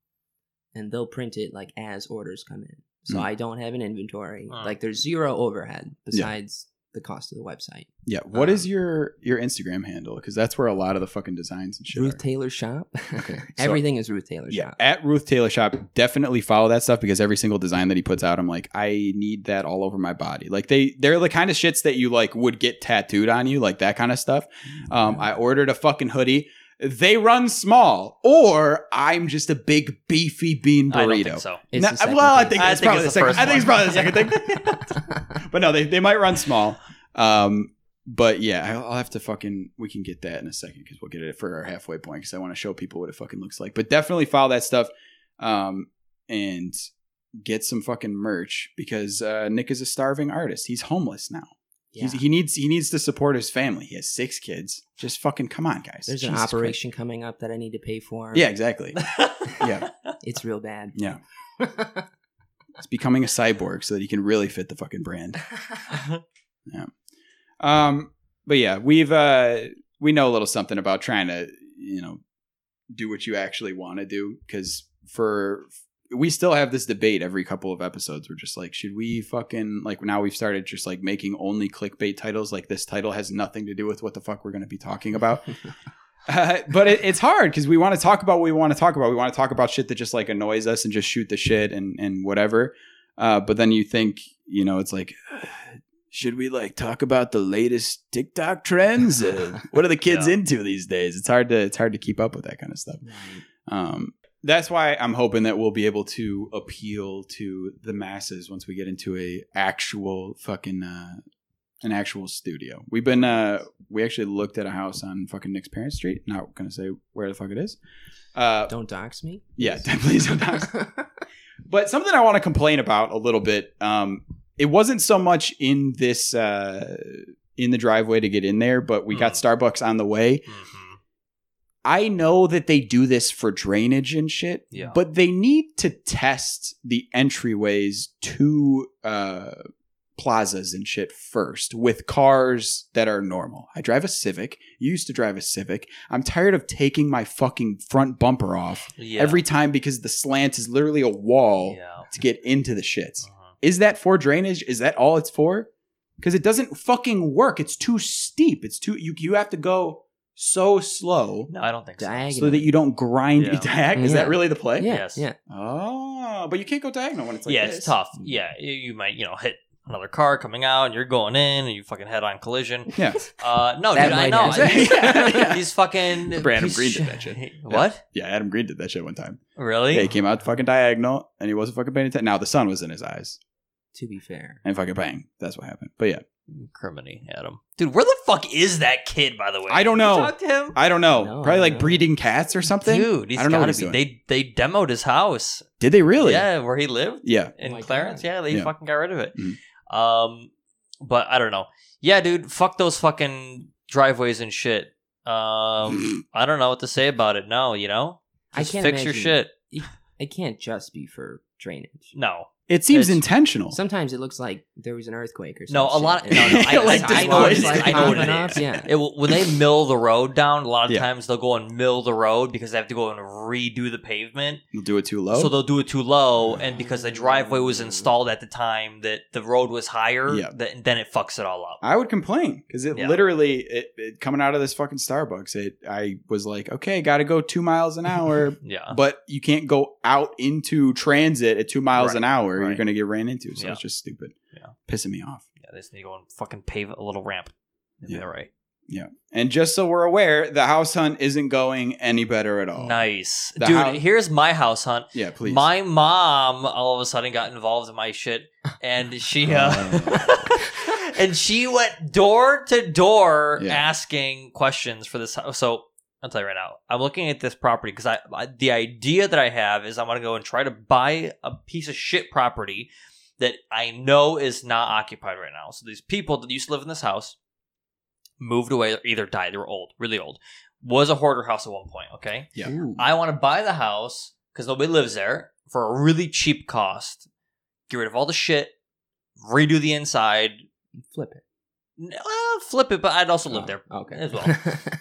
S3: and they'll print it like as orders come in. So
S1: Mm.
S3: I don't have an inventory.
S2: Mm.
S3: Like there's zero overhead
S1: Yeah.
S3: besides the cost of the website.
S1: Yeah. What is
S3: Um,
S1: your your Instagram handle? Because that's where a lot of the fucking designs and shit.
S3: Ruth
S1: are.
S3: Taylor Shop.
S1: Okay, so-
S3: Everything is Ruth Taylor
S1: yeah.
S3: Shop.
S1: At Ruth Taylor Shop, definitely follow that stuff because every single design that he puts out, I'm like, I need that all over my body. Like they, they're the kind of shits that you like would get tattooed on you, like that kind of stuff. Um, I ordered a fucking hoodie. They run small, or I'm just a big beefy bean burrito.
S2: I don't think so.
S3: It's
S1: No,
S3: the second
S1: well, I
S3: thing.
S1: think
S2: I
S1: it's
S2: think
S1: probably
S2: it's
S1: the,
S2: the
S1: second. I think it's probably the
S2: first
S1: second thing. But no, they, they might run small. Um, but yeah, I'll, I'll have to fucking we can get that in a second because we'll get it for our halfway point because I want to show people what it fucking looks like. But definitely follow that stuff, um, and get some fucking merch because uh, Nick is a starving artist. He's homeless now.
S3: Yeah.
S1: He's, he needs he needs to support his family. He has six kids. Just fucking come on, guys.
S3: There's an
S1: Jesus Christ.
S3: operation coming up that I need to pay for.
S1: Yeah, exactly. Yeah.
S3: It's real bad.
S1: Yeah, it's becoming a cyborg so that he can really fit the fucking brand. Um, but yeah, we've uh, we know a little something about trying to you know do what you actually want to do because for we still have this debate every couple of episodes. We're just like, should we fucking like now we've started just like making only clickbait titles. Like this title has nothing to do with what the fuck we're going to be talking about. Uh, but it, it's hard because we want to talk about what we want to talk about. We want to talk about shit that just like annoys us and just shoot the shit and and whatever. Uh, but then you think, you know, it's like, should we like talk about the latest TikTok trends? Uh, what are the kids
S2: Yeah.
S1: into these days? It's hard to it's hard to keep up with that kind of stuff.
S3: Right.
S1: Um, that's why I'm hoping that we'll be able to appeal to the masses once we get into a actual fucking uh, an actual studio. We've been uh, we actually looked at a house on fucking Nick's parents' street. Not gonna say where the fuck it is. Uh,
S3: Don't dox me.
S1: yeah, please don't. dox- but something I want to complain about a little bit. Um, it wasn't so much in this uh, in the driveway to get in there, but we got Starbucks on the way.
S2: Mhm.
S1: I know that they do this for drainage and shit,
S2: Yeah.
S1: but they need to test the entryways to uh, plazas and shit first with cars that are normal. I drive a Civic. You used to drive a Civic. I'm tired of taking my fucking front bumper off
S2: Yeah.
S1: every time because the slant is literally a wall
S2: Yeah.
S1: to get into the shits.
S2: Mhm.
S1: Is that for drainage? Is that all it's for? because it doesn't fucking work. It's too steep. It's too you. You have to go so slow
S2: No, I don't think so.
S3: diagonal.
S1: so that you don't grind.
S2: Yeah.
S1: Diag- is
S3: Yeah.
S1: that really the play?
S3: yeah,
S2: Yes.
S3: yeah.
S1: Oh, but you can't go diagonal when it's like
S2: yeah,
S1: this.
S2: it's tough. Yeah, you, you might you know hit another car coming out, and you're going in, and you fucking head on collision.
S1: Yeah,
S2: Uh, no,
S3: That
S2: dude, I
S3: might
S2: know.
S3: happen.
S2: He's,
S1: Yeah, yeah.
S2: he's fucking.
S1: Brandon
S2: he's
S1: Green
S2: sh-
S1: did that shit.
S2: What?
S1: yeah. Adam Green did that shit one time.
S2: Really?
S1: Yeah, he came out fucking diagonal and he wasn't fucking paying attention. Now the sun was in his eyes
S3: To be fair,
S1: and fucking bang. That's what happened. But yeah,
S2: Criminy, Adam. Dude, where the fuck is that kid? By the way,
S1: I don't
S2: Did you
S1: know.
S2: Talk to him.
S1: I don't know.
S3: No, I
S1: Probably
S3: don't
S1: like
S3: know.
S1: breeding cats or something.
S2: Dude, he's
S1: I don't know what
S2: gotta
S1: he's
S2: be.
S1: doing.
S2: They they demoed his house.
S1: Did they really?
S2: Yeah, where he lived
S1: Yeah.
S2: in
S3: Oh my
S2: Clarence.
S3: God.
S2: Yeah, they
S1: Yeah.
S2: fucking got rid of it.
S1: Mhm.
S2: Um, but I don't know. Yeah, dude, fuck those fucking driveways and shit. Um, I don't know what to say about it. No, you know,
S3: I
S2: Just
S3: can't
S2: fix your
S3: imagine-
S2: shit.
S3: it can't just be for drainage.
S2: No,
S1: It seems
S2: It's-
S1: intentional.
S3: Sometimes it looks like there was an earthquake or something.
S2: No, a lot of- no, no,
S1: I- Like I know what it is. I know what it
S2: is.
S3: Yeah.
S2: it will, when they mill the road down, a lot of
S1: Yeah.
S2: times they'll go and mill the road because they have to go and redo the pavement.
S1: You'll do it too low.
S2: So they'll do it too low, and because the driveway was installed at the time that the road was higher,
S1: Yeah.
S2: th- then it fucks it all up.
S1: I would complain because it
S2: Yeah.
S1: literally it, it coming out of this fucking Starbucks. It I was like, okay, got to go two miles an hour,
S2: yeah,
S1: but you can't go out into transit at two miles
S2: Right,
S1: an hour. You're
S2: right.
S1: gonna get ran into. So
S2: Yeah.
S1: it's just stupid.
S2: Yeah.
S1: Pissing me off.
S2: yeah, they just need to go and fucking pave a little ramp.
S1: Yeah.
S2: Yeah, right.
S1: And just so we're aware, the house hunt isn't going any better at all.
S2: Nice,
S1: Oh. The
S2: dude.
S1: house-
S2: here's my house hunt.
S1: Yeah, please.
S2: My mom all of a sudden got involved in my shit, and she uh, and she went door to door
S1: Oh. Yeah.
S2: asking questions for this. house. So I'll tell you right now, I'm looking at this property because I, I the idea that I have is I want to go and try to buy a piece of shit property that I know is not occupied right now. So these people that used to live in this house moved away, either died, they were old, really old. Was a hoarder house at one point. Okay,
S1: Yeah.
S3: Ooh.
S2: I want to buy the house because nobody lives there for a really cheap cost. Get rid of all the shit, redo the inside,
S3: Flip it.
S2: n- uh, flip it. But I'd also live
S3: Oh,
S2: there,
S3: Okay.
S2: as well.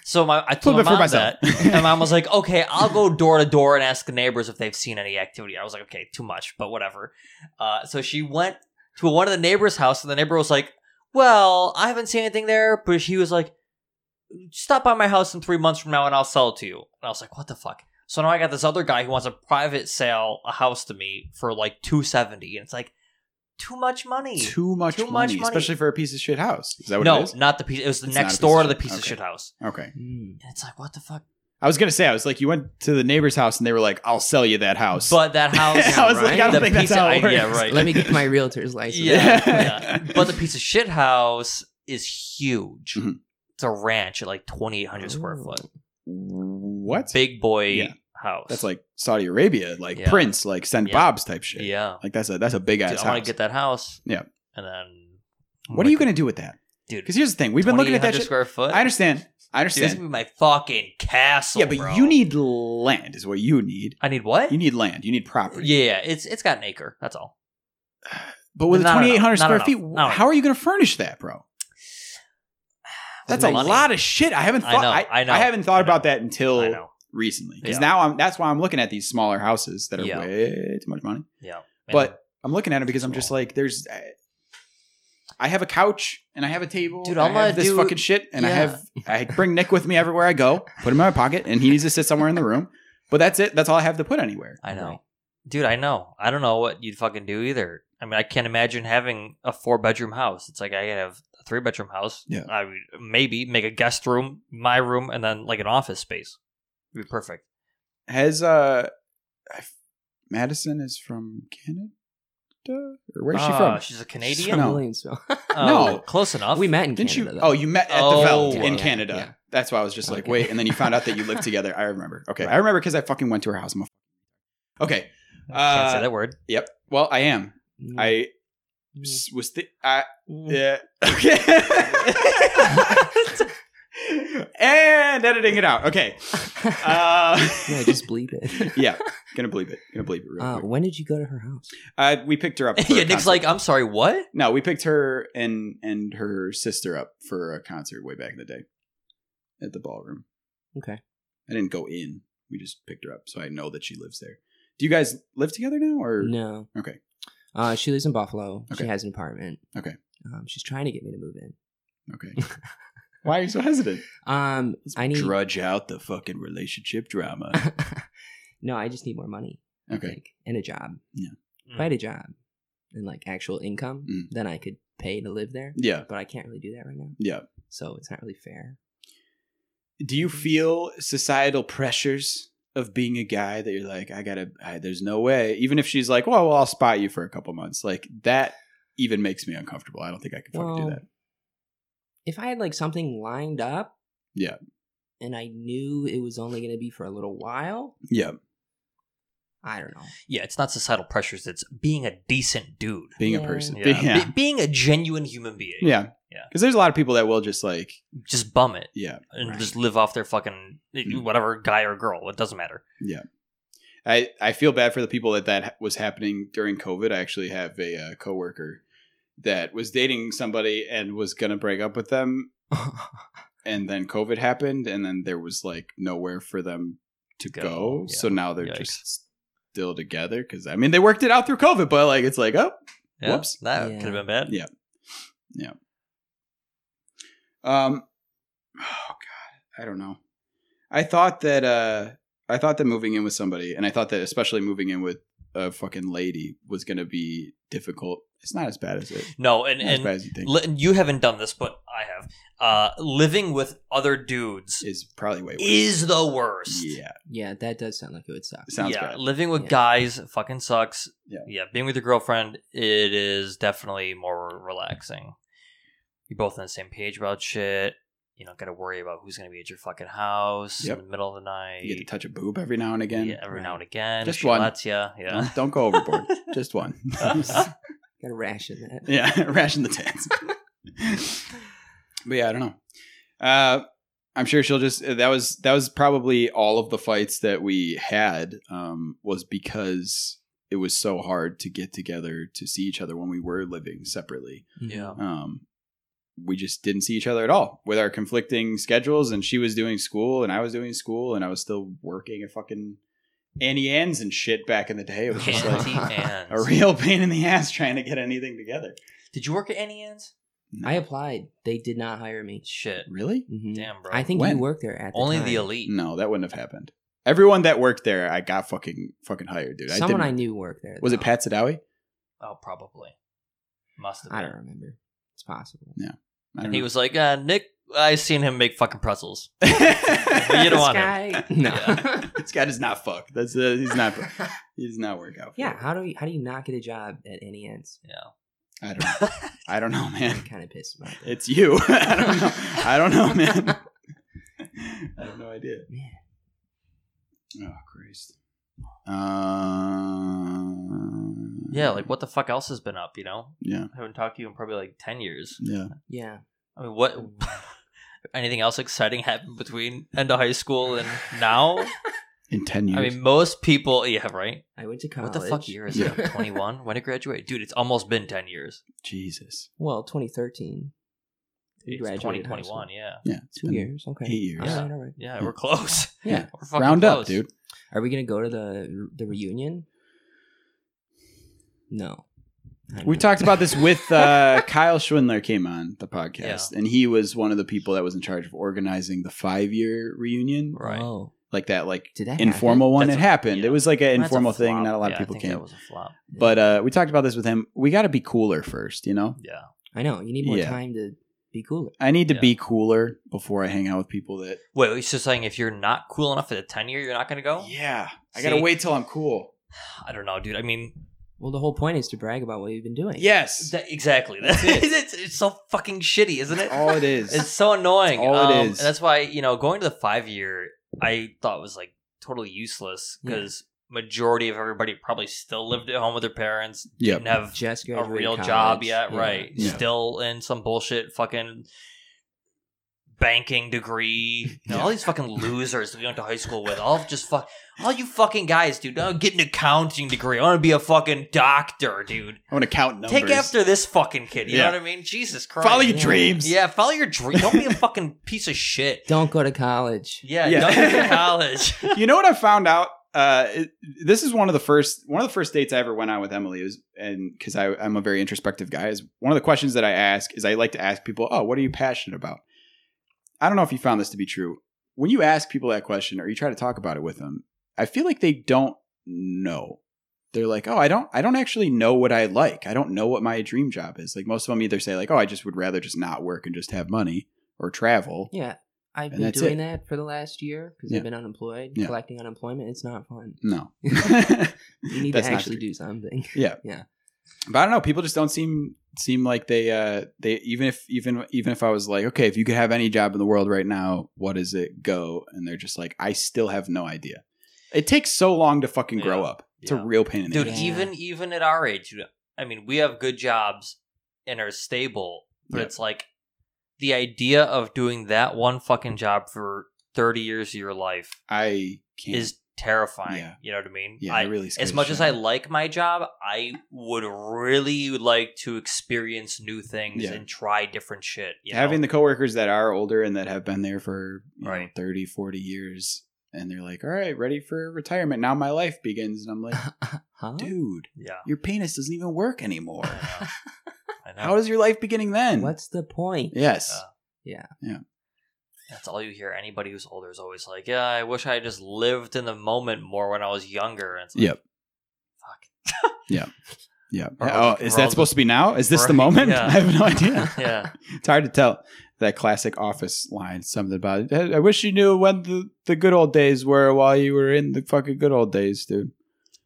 S2: so my I
S1: Flip
S2: told my
S1: it for
S2: mom
S1: myself.
S2: that, and my mom was like, "Okay, I'll go door to door and ask the neighbors if they've seen any activity." I was like, "Okay, too much, but whatever." Uh, so she went to one of the neighbors' house, and the neighbor was like, "Well, I haven't seen anything there," but she was like, "Stop by my house in three months from now, and I'll sell it to you." And I was like, "What the fuck?" So now I got this other guy who wants a private sale a house to me for like two seventy, and it's like too much money.
S1: too much,
S2: Too much
S1: money,
S2: money.
S1: especially for a piece of shit house. Is that what it
S2: no,
S1: is?
S2: not the piece. It was the
S1: It's not a
S2: next
S1: piece
S2: door
S1: of
S2: to the
S1: shit.
S2: piece of
S1: Okay.
S2: shit house.
S1: Okay.
S3: Mm.
S2: And it's like, what the fuck?
S1: I was gonna say, I was like, you went to the neighbor's house and they were like, "I'll sell you that house."
S2: But that house,
S1: I was like, I don't
S2: the
S1: think that's
S2: piece
S1: how it
S2: of, yeah,
S1: works.
S2: right.
S3: Let me get my realtor's license.
S2: yeah,
S1: Yeah.
S2: yeah. But the piece of shit house is huge.
S1: Mhm.
S2: It's a ranch at like twenty eight hundred square foot.
S1: what?
S2: Big boy
S1: Yeah.
S2: house.
S1: That's like Saudi Arabia, like
S2: Yeah.
S1: Prince, like Send
S2: Yeah.
S1: Bob's type shit.
S2: yeah.
S1: Like that's a that's a big ass
S2: Dude, I
S1: house.
S2: want to get that house.
S1: Yeah.
S2: And then
S1: what are you gonna do with that?
S2: dude?
S1: Because here's the thing, we've been looking at that
S2: 2,800
S1: shit.
S2: square foot.
S1: I understand. I
S2: Dude, this is
S1: understand.
S2: gonna be my fucking castle.
S1: yeah, but
S2: bro.
S1: you need land is what you need.
S2: I need what?
S1: You need land. You need property.
S2: yeah, it's it's got an acre. That's all.
S1: But with
S2: No, no, no.
S1: 2,800
S2: No, no,
S1: square
S2: no.
S1: feet,
S2: No, no.
S1: how are you going to furnish that, bro? That's a
S2: Money.
S1: lot of shit. I haven't
S2: I
S1: thought. I,
S2: know, I know,
S1: I haven't thought
S2: I know.
S1: about that
S2: I
S1: until
S2: know.
S1: recently. Because
S2: Yeah.
S1: now I'm. That's why I'm looking at these smaller houses that are
S2: Yeah.
S1: way too much money.
S2: Yeah. Man,
S1: But I'm looking at it because I'm
S2: Oh.
S1: just like, there's. I- I have a couch and I have a table.
S2: Dude,
S1: and I
S2: I'm gonna
S1: have this
S2: do-
S1: fucking shit, and I
S2: yeah.
S1: have I bring Nick with me everywhere I go. Put him in my pocket, and he needs to sit somewhere in the room. But that's it. That's all I have to put anywhere.
S2: I know.
S3: Right.
S2: Dude, I know. I don't know what you'd fucking do either. I mean, I can't imagine having a four bedroom house. It's like I could have a three bedroom house.
S1: Yeah.
S2: I would maybe make a guest room, my room, and then like an office space. It'd be perfect.
S1: Has uh, I- Madison is from Canada, or where's she
S2: Ah,
S1: from?
S2: She's a
S1: She's
S2: Canadian.
S1: from- No.
S3: Williamsville.
S2: Oh,
S1: No.
S2: close enough.
S3: we met in
S1: Didn't
S3: Canada.
S1: you?
S3: Though.
S1: Oh, you met at
S2: Oh,
S1: the Veld
S2: yeah,
S1: in
S3: yeah,
S1: Canada.
S3: yeah.
S1: That's why I was just like,
S3: Okay.
S1: wait, and then you found out that you lived together. I remember. Okay,
S3: Right.
S1: I remember because I fucking went to her house. I'm a okay.
S2: Can't say
S1: Uh,
S2: that Hmm. word.
S1: Yep. Well, I am.
S3: Mm.
S1: I
S3: Mm.
S1: s- was. Th- I
S3: Mm.
S1: yeah. Okay. and editing it out. Okay. Uh,
S3: yeah, just bleep it.
S1: yeah. Gonna believe it. Gonna believe it. Real
S3: Uh,
S1: quick.
S3: when did you go to her house?
S1: Uh, we picked her up. for a
S2: yeah, Nick's
S1: concert.
S2: like, uh, I'm sorry, what?
S1: No, we picked her and and her sister up for a concert way back in the day at the ballroom.
S3: Okay.
S1: I didn't go in. We just picked her up, so I know that she lives there. Do you guys live together now, or
S3: No.
S1: Okay.
S3: Uh, she lives in Buffalo.
S1: Okay.
S3: She has an apartment.
S1: Okay.
S3: Um, she's trying to get me to move in.
S1: Okay. Why are you so hesitant?
S3: Um, I need
S1: Drudge out the fucking relationship drama.
S3: no, I just need more money. I
S1: Okay.
S3: think, and a job.
S1: Yeah.
S2: Mm.
S3: If I had a job and like actual income,
S1: Mm.
S3: then I could pay to live there.
S1: Yeah.
S3: But I can't really do that right now,
S1: Yeah.
S3: so it's not really fair.
S1: Do you feel societal pressures of being a guy that you're like, I gotta, I, there's no way. Even if she's like, well, well, I'll spot you for a couple months. Like that even makes me uncomfortable. I don't think I can fucking do
S3: Well,
S1: that.
S3: If I had like something lined up,
S1: Yeah.
S3: and I knew it was only going to be for a little while,
S1: Yeah.
S3: I don't know.
S2: Yeah, it's not societal pressures. It's being a decent dude.
S1: Being a
S3: Yeah.
S1: person.
S2: Yeah, Be- being a genuine human being.
S1: Yeah.
S2: Yeah.
S1: Because there's a lot of people that will just like,
S2: just bum it
S1: yeah.
S2: and
S3: Right.
S2: just live off their fucking
S1: Mm.
S2: whatever guy or girl. It doesn't matter.
S1: I, I feel bad for the people that that was happening during COVID. I actually have a uh, coworker that was dating somebody and was gonna break up with them, and then COVID happened, and then there was like nowhere for them to go.
S2: Go, yeah.
S1: So now they're
S2: Yikes.
S1: just still together because I mean they worked it out through COVID, but like it's like oh
S2: Yeah,
S1: Whoops.
S2: that
S3: Yeah.
S2: could have been bad.
S1: Yeah. um oh god I don't know. I thought that uh I thought that moving in with somebody, and I thought that especially moving in with a fucking lady was gonna be difficult. It's not as bad as it.
S2: No, and
S1: Not as
S2: and
S1: bad as you think.
S2: li- you haven't done this, but I have. Uh, living with other dudes
S1: is probably way worse.
S2: is the worst.
S1: yeah,
S3: Yeah, that does sound like it would suck.
S1: sounds
S2: yeah,
S1: bad.
S2: living with
S3: Yeah.
S2: guys fucking sucks.
S1: Yeah.
S2: being with your girlfriend, it is definitely more relaxing. You're both on the same page about shit. You don't got to worry about who's going to be at your fucking house
S1: Yep.
S2: in the middle of the night.
S1: You get to touch a boob every now and again.
S2: yeah, every now and again.
S1: Just
S2: She
S1: one.
S2: lets ya, Yeah.
S1: Don't, don't go overboard. Just one.
S3: Gotta ration that.
S1: yeah, ration the tans. but yeah, I don't know. Uh, I'm sure she'll just that was that was probably all of the fights that we had um, was because it was so hard to get together to see each other when we were living separately.
S3: Mm-hmm.
S2: yeah.
S1: um, we just didn't see each other at all with our conflicting schedules. And she was doing school, and I was doing school, and I was still working at fucking Annie Ann's and shit back in the day. It was just like
S2: Auntie Anne's.
S1: a real pain in the ass trying to get anything together.
S2: Did you work at Annie Ann's?
S3: I applied. They did not hire me.
S2: Shit.
S1: Really?
S3: Mhm.
S2: Damn, bro.
S3: I think
S1: When?
S3: you worked there at the
S2: only
S3: time.
S2: the elite.
S1: No, that wouldn't have happened. Everyone that worked there, I got fucking fucking hired, dude. I
S3: Someone
S1: didn't.
S3: I knew worked there.
S1: was it
S3: though.
S1: Pat Sadawi?
S2: Oh, probably. Must have.
S3: I
S2: Been.
S3: don't remember. It's possible.
S1: I
S2: And
S1: don't
S2: he
S1: know.
S2: was like, uh, Nick, I seen him make fucking pretzels. You don't
S3: This
S2: want him.
S3: guy- No.
S2: Yeah.
S3: Yeah.
S1: this guy does not fuck. That's uh, he's not. He does not work out. for it.
S3: How do you how do you not get a job at E any ends?
S2: Yeah.
S1: I don't. Know. I don't know, man.
S3: I'm kind of pissed about that.
S1: It's you. I don't know. I don't know, man. I have no idea.
S3: Man.
S1: Oh Christ. Um.
S2: yeah, like what the fuck else has been up, you know?
S1: Yeah.
S2: I haven't talked to you in probably like 10 years.
S1: Yeah.
S3: Yeah.
S2: I mean, what? Anything else exciting happened between end of high school and now?
S1: In ten years.
S2: I mean, most people, yeah, right?
S3: I went to
S2: What
S3: college.
S2: the fuck year is
S1: Yeah.
S2: it? 21? When did I graduate? Dude, it's almost been 10 years.
S1: Jesus.
S3: well, 2013. We
S2: It's
S3: graduated high
S2: 2021, yeah.
S1: Yeah. it's
S3: Two
S1: been-
S3: years. Okay.
S1: eight years.
S3: All right. All right.
S2: Yeah, we're close.
S1: Yeah.
S2: We're fucking
S1: Round up,
S2: close.
S1: dude.
S3: Are we gonna go to the the reunion? No. I'm
S1: We
S3: not.
S1: talked about this with uh, Kyle Schwindler came on the podcast, and he was one of the people that was in charge of organizing the five year reunion,
S2: Right.
S3: Oh,
S1: like that, like
S3: did that
S1: informal one.
S2: That's
S1: it
S2: a-
S1: happened.
S2: yeah.
S1: It was like an
S2: That's a
S1: informal thing.
S2: flop.
S1: Not a lot
S2: Yeah,
S1: of
S2: I
S1: people
S2: think
S1: came.
S2: That was a flop.
S3: happen?
S1: But uh, we talked about this with him. We got to be cooler first, you know?
S2: Yeah.
S3: I know you need more
S1: yeah.
S3: time to be cooler.
S1: I need to
S2: Yeah.
S1: be cooler before I hang out with people that.
S2: Wait, it's just saying if you're not cool enough for the ten year, you're not gonna go.
S1: Yeah. I
S2: See?
S1: got to wait till I'm cool.
S2: I don't know, dude. I mean,
S3: Well, the whole point is to brag about what you've been doing.
S1: Yes.
S2: that, exactly. That's it. it's, it's so fucking shitty, isn't it?
S1: That's all it is.
S2: It's so annoying.
S1: It's all it
S2: Um,
S1: is.
S2: And that's why you know going to the five year, I thought was like totally useless because majority of everybody probably still lived at home with their parents,
S1: yep.
S2: didn't have
S3: Just
S2: a
S3: graduated
S2: real
S3: college.
S2: job yet,
S3: Yeah.
S2: right?
S1: Yeah.
S2: Still in some bullshit fucking banking degree. You know, All these fucking losers that we went to high school with, all just fuck, all you fucking guys, dude. Oh, get an accounting degree. I want to be a fucking doctor, dude.
S1: I want to count numbers.
S2: Take after this fucking kid. You
S1: Yeah.
S2: know what I mean? Jesus Christ.
S1: Follow your
S3: Yeah.
S1: dreams.
S2: Yeah, follow your dream. Don't be a fucking piece of shit.
S3: Don't go to college.
S2: Yeah,
S1: Yeah.
S2: don't go to college.
S1: You know what I found out uh, it- this is one of the first one of the first dates I ever went on with Emily is and because I'm a very introspective guy is one of the questions that I ask is I like to ask people oh what are you passionate about I don't know if you found this to be true when you ask people that question or you try to talk about it with them I feel like they don't know they're like oh I don't I don't actually know what I like I don't know what my dream job is like most of them either say like oh I just would rather just not work and just have money or travel
S3: Yeah, I've
S1: And
S3: been
S1: that's
S3: doing that for the last year because
S1: Yeah.
S3: I've been unemployed,
S1: Yeah.
S3: collecting unemployment. It's not fun.
S1: no
S3: You need
S1: That's
S3: to
S1: not
S3: actually
S1: true.
S3: do something.
S1: but I don't know. People just don't seem seem like they uh they even if even even if I was like, okay, if you could have any job in the world right now, what does it go? And they're just like, I still have no idea. It takes so long to fucking grow
S2: Yeah.
S1: up. It's
S2: Yeah.
S1: a real pain in the
S2: dude.
S1: ass.
S3: Yeah.
S2: Even even at our age, I mean, we have good jobs and are stable, but
S1: Yeah.
S2: it's like the idea of doing that one fucking job for thirty years of your life
S1: I can't.
S2: is terrifying.
S1: Yeah.
S2: You know what I mean?
S1: yeah,
S2: I,
S1: it really
S2: as
S1: scares
S2: much
S1: the
S2: as
S1: shit
S2: I
S1: out of me.
S2: like my job, I would really like to experience new things
S1: Yeah.
S2: and try different shit. You
S1: having
S2: know?
S1: the coworkers that are older and that have been there for you know,
S2: Right.
S1: 30, 40 years, and they're like, all right, ready for retirement. Now my life begins, and I'm like,
S3: huh?
S1: dude,
S2: yeah,
S1: your penis doesn't even work anymore.
S2: I know. I know.
S1: How does your life beginning then?
S3: What's the point?
S1: Yes.
S2: Uh,
S3: Yeah.
S1: Yeah.
S2: That's all you hear. Anybody who's older is always like, "Yeah, I wish I just lived in the moment more when I was younger." And it's like,
S1: Yep.
S2: Fuck.
S1: Yeah. oh,
S2: Or all-
S1: is
S2: or all
S1: that
S2: the-
S1: supposed to be now? Is this the
S2: Right,
S1: moment?
S2: yeah.
S1: I have no idea.
S2: yeah.
S1: it's hard to tell. That classic office line, something about it. I I wish you knew when the, the good old days were while you were in the fucking good old days, dude.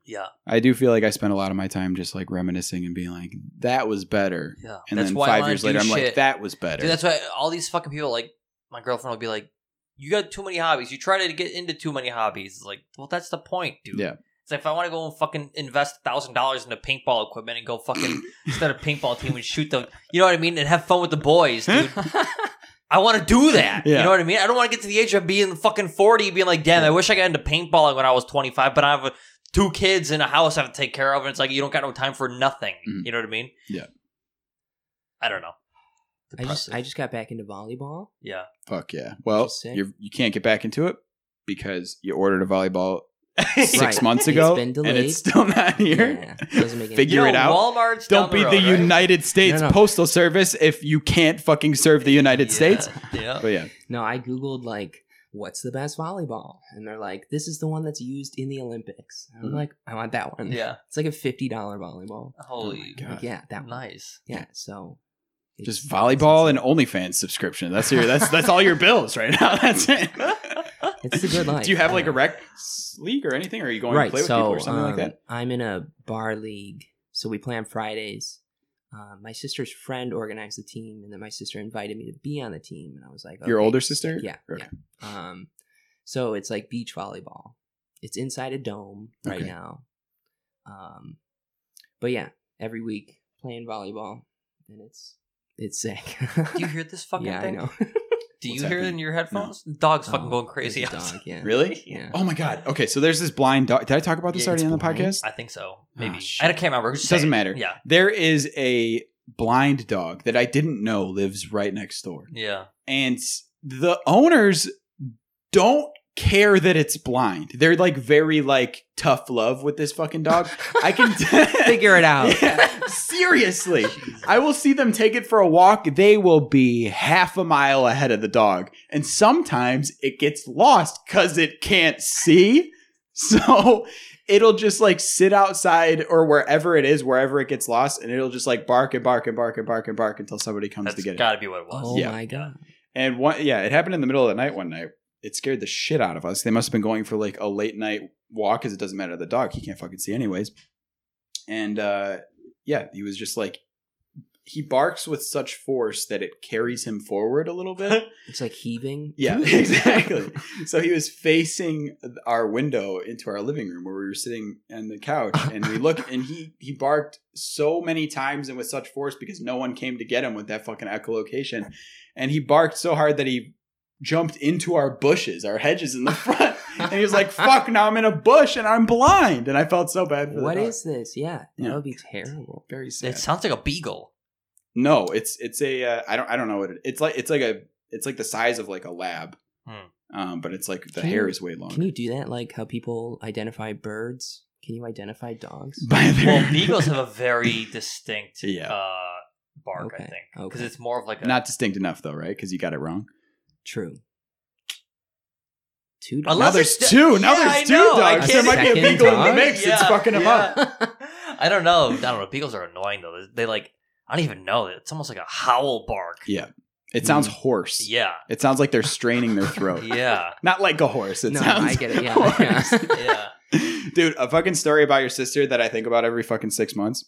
S2: Yeah.
S1: I do feel like I spent a lot of my time just like reminiscing and being like, that was better.
S2: Yeah.
S1: And
S2: that's
S1: then
S2: why I
S1: five
S2: wanna
S1: years
S2: do
S1: later, I'm like,
S2: shit-
S1: that was better.
S2: Dude, that's why all these fucking people like my girlfriend will be like, "You got too many hobbies. You try to get into too many hobbies." It's like, well, that's the point, dude.
S1: Yeah.
S2: It's like if I want to go and fucking invest thousand dollars into paintball equipment and go fucking start a paintball team and shoot the, you know what I mean, and have fun with the boys, dude. I want to do that. You
S1: Yeah.
S2: know what I mean? I don't want to get to the age of being fucking 40, being like, damn, I wish I got into paintballing when I was 25, but I have uh, two kids and a house I have to take care of. And it's like, you don't got no time for nothing.
S1: Mhm.
S2: You know what I mean?
S1: Yeah.
S2: I don't know.
S3: I just
S2: Depressive.
S3: I just got back into volleyball.
S2: yeah.
S1: Fuck yeah. Well,
S3: Just sick.
S1: you're, you can't get back into it because you ordered a volleyball six
S3: Right.
S1: months
S3: It's
S1: ago
S3: been
S1: and
S3: delayed.
S1: it's still not here.
S3: Yeah, doesn't make any-
S1: Figure
S2: You know,
S1: it out.
S2: Walmart's
S1: Don't be
S2: down
S1: the,
S2: road, right?
S1: United States
S3: No, no.
S1: Postal Service if you can't fucking serve the United
S2: Yeah.
S1: States.
S2: Yeah.
S1: But yeah,
S3: No, I googled like what's the best volleyball, and they're like, this is the one that's used in the Olympics. And I'm
S1: Mhm.
S3: like, I want that one.
S2: Yeah.
S3: it's like a fifty dollar
S1: Uh,
S3: volleyball.
S2: Holy.
S1: Oh God.
S3: Yeah, that one.
S2: nice.
S3: Yeah, so it's-
S1: just volleyball and OnlyFans subscription. That's your that's that's all your bills right now. That's it.
S3: It's the good life.
S1: Do you have
S3: I
S1: like a
S3: don't know.
S1: rec s- league or anything? Or are you going
S3: right.
S1: to play with
S3: so
S1: people or something like
S3: um,
S1: that?
S3: I'm in a bar league, so we play on Fridays. Um, my sister's friend organized the team, and then my sister invited me to be on the team, and I was like,
S1: Your
S3: okay.
S1: older sister?
S3: Yeah,
S1: Okay.
S3: yeah. Um, so it's like beach volleyball. It's inside a dome right
S1: Okay.
S3: now. Um, but yeah, every week playing volleyball, and it's it's sick.
S2: Do you hear this fucking
S3: yeah,
S2: thing?
S3: I know.
S2: Do you
S1: What's
S2: hear it
S1: happening?
S2: in your headphones? The dog's fucking
S3: Oh,
S2: going crazy.
S3: there's a dog, yeah.
S1: Really?
S3: Yeah.
S1: Oh my god. Okay, so there's this blind dog. Did I talk about this
S3: Yeah,
S1: already
S3: it's
S1: on the
S3: blind.
S1: podcast?
S2: I think so. Maybe.
S1: Ah, shit.
S2: I can't remember. Just say
S1: Doesn't
S2: it.
S1: matter.
S2: Yeah.
S1: There is a blind dog that I didn't know lives right next door.
S2: Yeah.
S1: and s- the owners don't care that it's blind. They're like very like tough love with this fucking dog. I can
S3: figure it out.
S1: Yeah, seriously. I will see them take it for a walk. They will be half a mile ahead of the dog. And sometimes it gets lost because it can't see. So it'll just like sit outside or wherever it is, wherever it gets lost, and it'll just like bark and bark and bark and bark and bark until somebody comes
S2: That's
S1: to get it.
S2: got to be what it was.
S3: Oh
S1: Yeah.
S3: my god.
S1: And one, yeah, it happened in the middle of the night one night. It scared the shit out of us. They must have been going for like a late night walk because it doesn't matter to the dog. He can't fucking see anyways. And uh, yeah, he was just like, he barks with such force that it carries him forward a little bit.
S3: It's like heaving.
S1: Yeah, exactly. so he was facing our window into our living room where we were sitting on the couch, and we looked, and he he barked so many times and with such force because no one came to get him with that fucking echolocation, and he barked so hard that he jumped into our bushes, our hedges in the front, and he was like, "Fuck! Now I'm in a bush and I'm blind," and I felt so bad for the
S3: What
S1: dog.
S3: is this? Yeah,
S1: Yeah.
S3: that would be terrible.
S1: very sad.
S2: It sounds like a beagle.
S1: No, it's it's a uh, I don't I don't know what it, it's like. It's like a it's like the size of like a lab.
S2: Hmm.
S1: Um, but it's like the
S3: Can
S1: hair
S3: you-
S1: is way longer.
S3: Can you do that like how people identify birds? Can you identify dogs?
S1: By their-
S2: Well, beagles have a very distinct
S1: Yeah.
S2: uh, bark, I
S3: Okay,
S2: think, because
S3: okay.
S2: it's more of like a
S1: not distinct enough though, right? Because you got it wrong.
S3: True. Two
S2: Unless
S1: now
S3: dogs.
S1: there's
S2: it's-
S1: two. Now
S2: Yeah, I
S1: there's two
S2: know, I
S1: dogs. There
S2: can't-
S1: might be a
S3: Second
S1: beagle in
S3: dog?
S1: the mix. It's
S2: Yeah,
S1: fucking him up.
S2: I don't know. I don't know. Beagles are annoying though. They like I don't even know. It's almost like a howl bark.
S1: Yeah. It sounds hoarse.
S2: Yeah.
S1: It sounds like they're straining their throat.
S2: Yeah.
S1: Not like a horse. It
S3: No,
S1: sounds
S3: I get it. Yeah,
S1: hoarse.
S3: yeah.
S2: Yeah.
S1: Dude, a fucking story about your sister that I think about every fucking six months.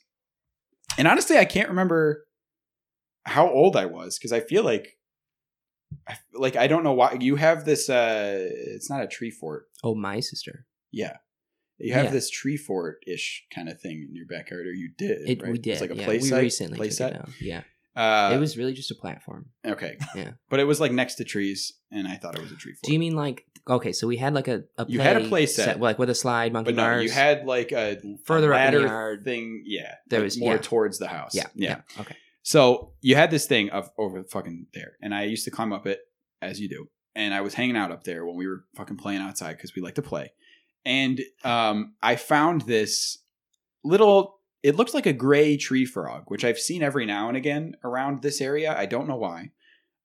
S1: And honestly, I can't remember how old I was because I feel like, I, like I don't know why you have this. uh It's not a tree fort.
S3: Oh, my sister.
S1: Yeah, you have
S3: Yeah.
S1: this tree fort ish kind of thing in your backyard, or you did.
S3: It,
S1: right?
S3: We did.
S1: It's like a
S3: yeah,
S1: play
S3: we
S1: site.
S3: recently
S1: play
S3: took
S1: set?
S3: it down. Yeah,
S1: Uh,
S3: it was really just a platform.
S1: okay.
S3: Yeah.
S1: but it was like next to trees, and I thought it was a tree fort.
S3: Do you mean like okay? So we had like a, a play
S1: You had a play set.
S3: like with a slide, monkey
S1: But no,
S3: bars.
S1: you had like a
S3: Further up in the
S1: ladder
S3: yard.
S1: thing. Yeah,
S3: There
S1: like
S3: was-
S1: more
S3: yeah.
S1: towards the house.
S3: yeah,
S1: yeah.
S3: yeah, okay.
S1: So you had this thing of over fucking there, and I used to climb up it as you do, and I was hanging out up there when we were fucking playing outside because we like to play, and um, I found this little. It looks like a gray tree frog, which I've seen every now and again around this area. I don't know why,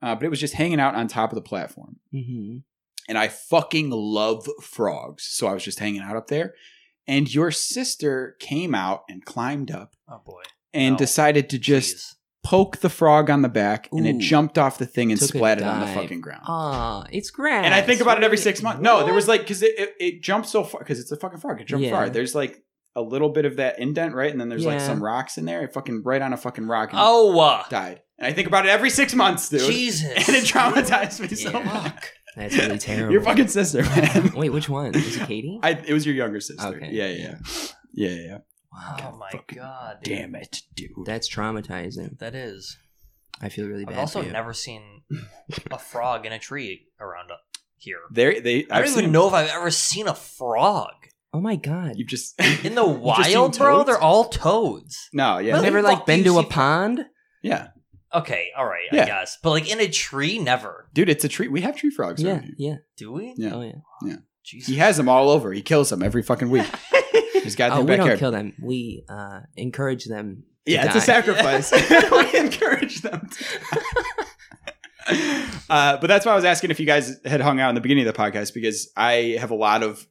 S1: uh, but it was just hanging out on top of the platform
S3: Mm-hmm.
S1: and I fucking love frogs. So I was just hanging out up there. And your sister came out and climbed up
S2: Oh boy.
S1: and
S2: Oh,
S1: decided to just poke the frog on the back and it
S3: Ooh.
S1: jumped off the thing and
S3: Took a
S1: splatted on the
S3: dive.
S1: fucking ground.
S2: Oh,
S3: Ah, it's grass.
S1: and I think about it every
S3: What?
S1: six months. No, there was
S3: What?
S1: like, because it, it, it jumped so far, because it's a fucking frog. It jumped
S3: Yeah.
S1: far. There's like a little bit of that indent, right? And then there's like
S3: Yeah.
S1: some rocks in there. It fucking right on a fucking rock and
S2: Oh. Uh,
S1: died. And I think about it every six months, dude.
S2: Jesus.
S1: And it traumatized me so
S2: Yeah.
S1: much.
S3: that's really terrible.
S1: Your fucking sister, man.
S3: Wait, which one? Is it Katie?
S1: I it was your younger sister.
S3: Okay.
S1: Yeah, yeah, yeah, yeah. yeah.
S2: Oh
S3: wow,
S2: my
S1: Fucking
S2: god. dude.
S1: Damn it, dude.
S3: that's traumatizing.
S2: That is.
S3: I feel really bad.
S2: I've also
S3: for you.
S2: never seen a frog in a tree around up here.
S1: They they.
S2: I
S1: I've
S2: don't
S1: seen
S2: even
S1: them.
S2: know if I've ever seen a frog
S3: Oh my god.
S1: You just
S2: in the
S1: You've just seen
S2: wild, bro.
S1: toads?
S2: They're all toads.
S1: no, yeah,
S3: You've
S2: Really?
S1: never.
S3: never
S2: the fuck
S3: like
S2: do
S3: been
S2: you
S3: to a
S2: see-
S3: pond?
S1: Yeah,
S2: Okay, all right,
S1: Yeah.
S2: I guess. But like in a tree, never.
S1: dude, it's a tree. We have tree frogs.
S3: Yeah,
S1: around here.
S3: yeah,
S2: Do we?
S1: Yeah.
S3: Oh yeah.
S2: Jesus.
S1: He has them all over. He kills them every fucking week. He's got
S3: Oh,
S1: them
S3: we
S1: backyard.
S3: don't kill them. We uh, encourage them. To
S1: yeah, it's a
S3: die.
S1: sacrifice. we encourage them. To. uh, but that's why I was asking if you guys had hung out in the beginning of the podcast because I have a lot of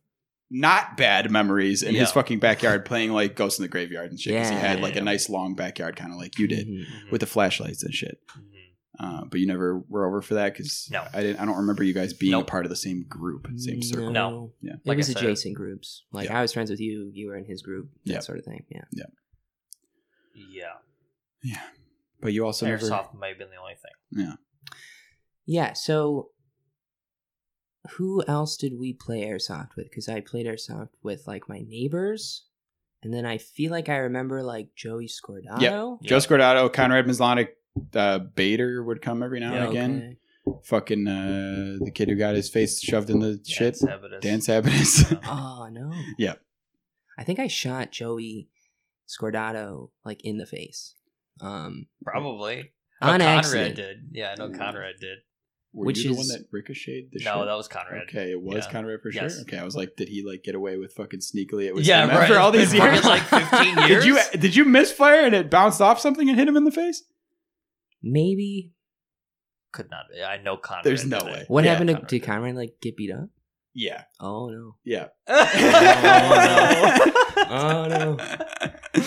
S1: not bad memories in his
S2: Yeah.
S1: fucking backyard playing like Ghost in the Graveyard and shit. Because he
S3: Yeah.
S1: had like a nice long backyard, kind of like you did.
S3: Mhm.
S2: Mhm,
S1: with the flashlights and shit.
S2: mhm.
S1: Uh, but you never were over for that because
S2: No.
S1: I didn't. I don't remember you guys being
S2: Nope.
S1: a part of the same group, same circle.
S2: No.
S1: Yeah.
S3: It
S2: Like I
S3: was
S2: said.
S3: adjacent groups. Like
S1: Yeah.
S3: I was friends with you, you were in his group, that
S1: Yeah.
S3: sort of thing. Yeah.
S2: Yeah.
S1: Yeah, but you also never.
S2: Airsoft might have been the only thing.
S3: Yeah, so who else did we play airsoft with? Because I played airsoft with like my neighbors, and then I feel like I remember like Joey Scordano.
S1: Joe Scordato, Conrad Maslonic, uh, Bader would come every now
S2: Yeah,
S1: and again.
S3: okay.
S1: Fucking uh, the kid who got his face shoved in the shit,
S2: Sabatis.
S1: Dan Sabatis.
S3: Oh no.
S1: Yeah.
S3: I think I shot Joey Scordato like in the face. Um
S2: Probably. No,
S3: on
S2: Conrad
S3: accident.
S2: did. Yeah, no,
S1: Mm.
S2: Conrad did.
S1: Were
S3: Which
S1: you the one
S3: is-
S1: that ricocheted the
S2: no,
S1: shit?
S2: that was Conrad.
S1: Okay, it was
S2: Yeah.
S1: Conrad for sure.
S2: Yes.
S1: Okay, I was like, did he like get away with fucking sneakily? It was
S2: Yeah,
S1: him
S2: right.
S1: after all these
S2: It's been fucking
S1: years.
S2: like 15 years.
S1: Did you did you misfire and it bounced off something and hit him in the face?
S3: Maybe
S2: Could not. be. I know Conrad.
S1: There's no
S2: did it.
S1: way.
S3: what
S1: Yeah.
S3: happened to
S2: Conrad
S3: did
S2: did.
S3: Conrad like get beat up?
S1: Yeah.
S3: Oh no.
S1: Yeah.
S3: Oh, no.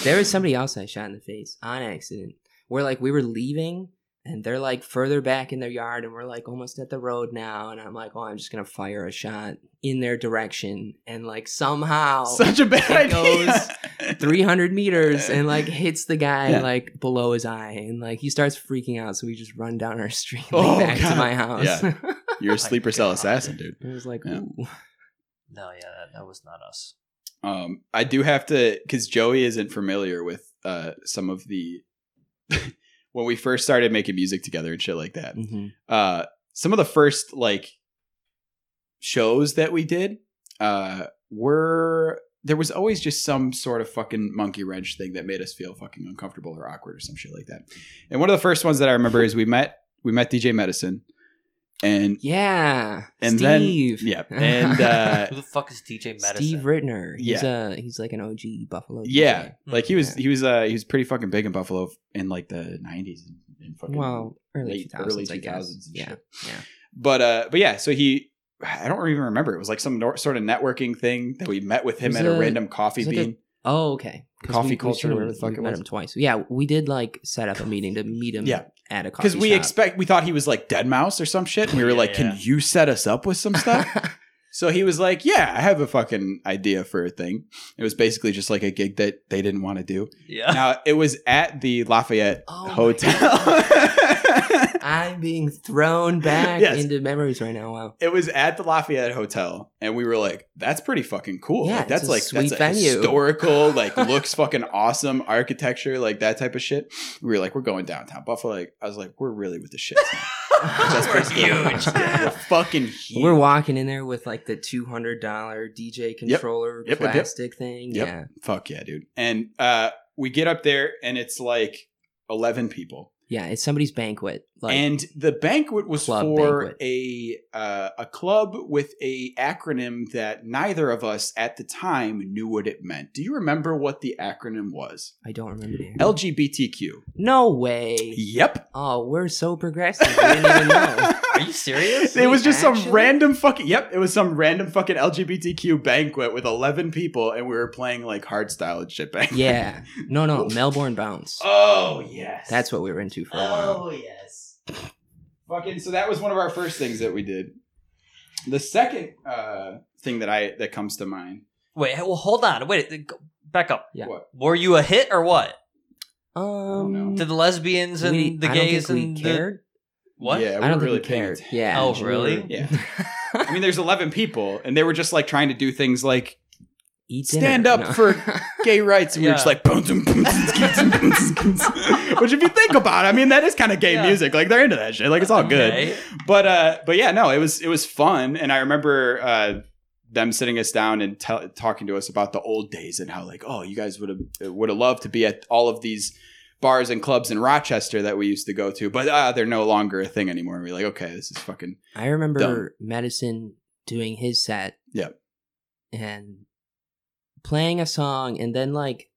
S3: There was somebody else I shot in the face on accident. Where like we were leaving and they're like further back in their yard and we're like almost at the road now and I'm like, oh, I'm just gonna fire a shot in their direction and like somehow
S1: Such a bad
S3: It
S1: idea.
S3: 300 meters and like hits the guy
S1: Yeah.
S3: like below his eye and like he starts freaking out so we just run down our street like,
S1: Oh,
S3: back
S1: God.
S3: to my house.
S1: Yeah. You're a sleeper cell
S2: God.
S1: assassin, dude.
S3: it was like,
S1: Yeah.
S3: ooh.
S2: No, yeah, that, that was not us.
S1: Um, I do have to because Joey isn't familiar with uh some of the when we first started making music together and shit like that.
S3: Mhm.
S1: Uh, some of the first like shows that we did uh were there was always just some sort of fucking monkey wrench thing that made us feel fucking uncomfortable or awkward or some shit like that. And one of the first ones that I remember is we met we met DJ Medicine and
S3: Yeah.
S1: and
S3: Steve.
S1: then yeah, and uh,
S2: Who the fuck is DJ Madison?
S3: Steve Rittner. He's
S1: Yeah.
S3: a he's like an OG Buffalo.
S1: yeah,
S2: Hmm.
S3: DJ.
S1: like he was
S3: Mm, Yeah.
S1: he was uh he was pretty fucking big in Buffalo in like the nineties and, and fucking
S3: Well, early
S1: late
S3: two thousands.
S1: early
S3: I
S1: two thousands.
S3: guess. Yeah. Yeah.
S1: but uh but yeah, so he. I don't even remember. It was like some nor- sort of networking thing that we met with him
S3: It was
S1: at a,
S3: a-
S1: random coffee
S3: it was like a-
S1: bean.
S3: Oh, okay. 'Cause
S1: Coffee
S3: we- we
S1: culture,
S3: should've-
S1: whatever the fuck
S3: we
S1: it
S3: met
S1: was.
S3: him twice. Yeah, we did like set up a meeting to meet him.
S1: Yeah.
S3: At a coffee
S1: because we
S3: shop.
S1: expect we thought he was like dead mouse or some shit and we were
S2: Yeah,
S1: like can
S2: yeah.
S1: you set us up with some stuff so he was like yeah i have a fucking idea for a thing it was basically just like a gig that they didn't want to do
S2: Yeah.
S1: now it was at the lafayette
S3: Oh my
S1: hotel
S3: I'm being thrown back
S1: Yes.
S3: into memories right now. Wow.
S1: it was at the lafayette hotel and we were like that's pretty fucking cool
S3: Yeah,
S1: like,
S3: it's
S1: that's
S3: a
S1: like
S3: sweet
S1: that's
S3: venue.
S1: a historical like looks fucking awesome architecture like that type of shit we were like we're going downtown buffalo like, i was like we're really with the shit
S3: That's
S2: We're
S3: pretty good.
S2: huge.
S1: Yeah, we're fucking huge.
S3: We're walking in there with like the two hundred dollar DJ controller
S1: Yep, yep, yep.
S3: plastic thing.
S1: Yep.
S3: Yeah.
S1: Fuck yeah, dude. And uh we get up there and it's like 11 people.
S3: Yeah. It's somebody's banquet. Like
S1: and the banquet was
S3: Club
S1: for
S3: banquet.
S1: a uh, a club with a acronym that neither of us at the time knew what it meant. Do you remember what the acronym was?
S3: I don't remember the
S1: LGBTQ.
S3: No way.
S1: Yep.
S3: Oh, we're so progressive. We didn't even know.
S2: Are you serious?
S1: It was just some
S3: Actually?
S1: random fucking yep. It was some random fucking LGBTQ banquet with eleven people, and we were playing like hard style and shit. Bang.
S3: Yeah. No, no. Melbourne Bounce.
S1: Oh yes.
S3: That's what we were into for a while.
S2: Oh, yes.
S1: Fucking so that was one of our first things that we did. The second uh thing that I that comes to mind.
S2: Wait, well, hold on. Wait, go- back up.
S3: Yeah.
S1: What?
S2: Were you a hit or what?
S3: Um,
S2: Oh. To the lesbians and
S3: we-
S2: the
S3: I don't think
S2: gays
S3: we
S2: and the
S3: cared.
S2: what?
S1: Yeah,
S3: I don't
S1: we really
S3: think we cared.
S1: cared.
S3: Yeah.
S2: Oh,
S3: we
S2: really?
S3: were-
S1: I mean, there's 11 people, and they were just like trying to do things like
S3: Eat
S1: Stand
S3: dinner.
S1: up for- gay rights, and we were just
S2: Yeah.
S1: like, boom, boom, boom, boom, boom, boom, boom, boom. which, if you think about, it, I mean, that is kind of gay
S2: Yeah.
S1: music. Like they're into that shit. Like it's all good.
S2: Okay.
S1: but uh but yeah no it was it was fun and i remember uh them sitting us down and tell talking to us about the old days and how like oh you guys would have would have loved to be at all of these bars and clubs in rochester that we used to go to but uh they're no longer a thing anymore and we're like okay this is fucking
S3: I remember Madison doing his set.
S1: Yep.
S3: And playing a song and then like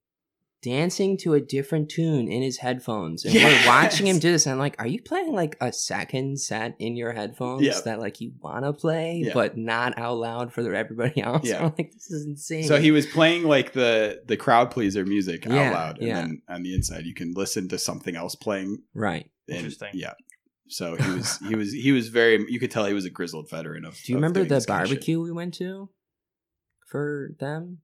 S3: dancing to a different tune in his headphones. And
S1: Yes!
S3: we're watching him do this. And I'm like, are you playing like a second set in your headphones
S1: Yeah.
S3: that like you wanna play,
S1: Yeah.
S3: but not out loud for everybody else?
S1: Yeah.
S3: I'm like, this is insane.
S1: so he was playing like the the crowd pleaser music out
S3: Yeah,
S1: loud and
S3: yeah.
S1: then on the inside you can listen to something else playing
S3: Right.
S1: and,
S2: Interesting.
S1: yeah so he was he was he was very you could tell he was a grizzled veteran of
S3: Do you
S1: of
S3: remember
S1: doing
S3: the
S1: this kind of shit.
S3: barbecue we went to for them?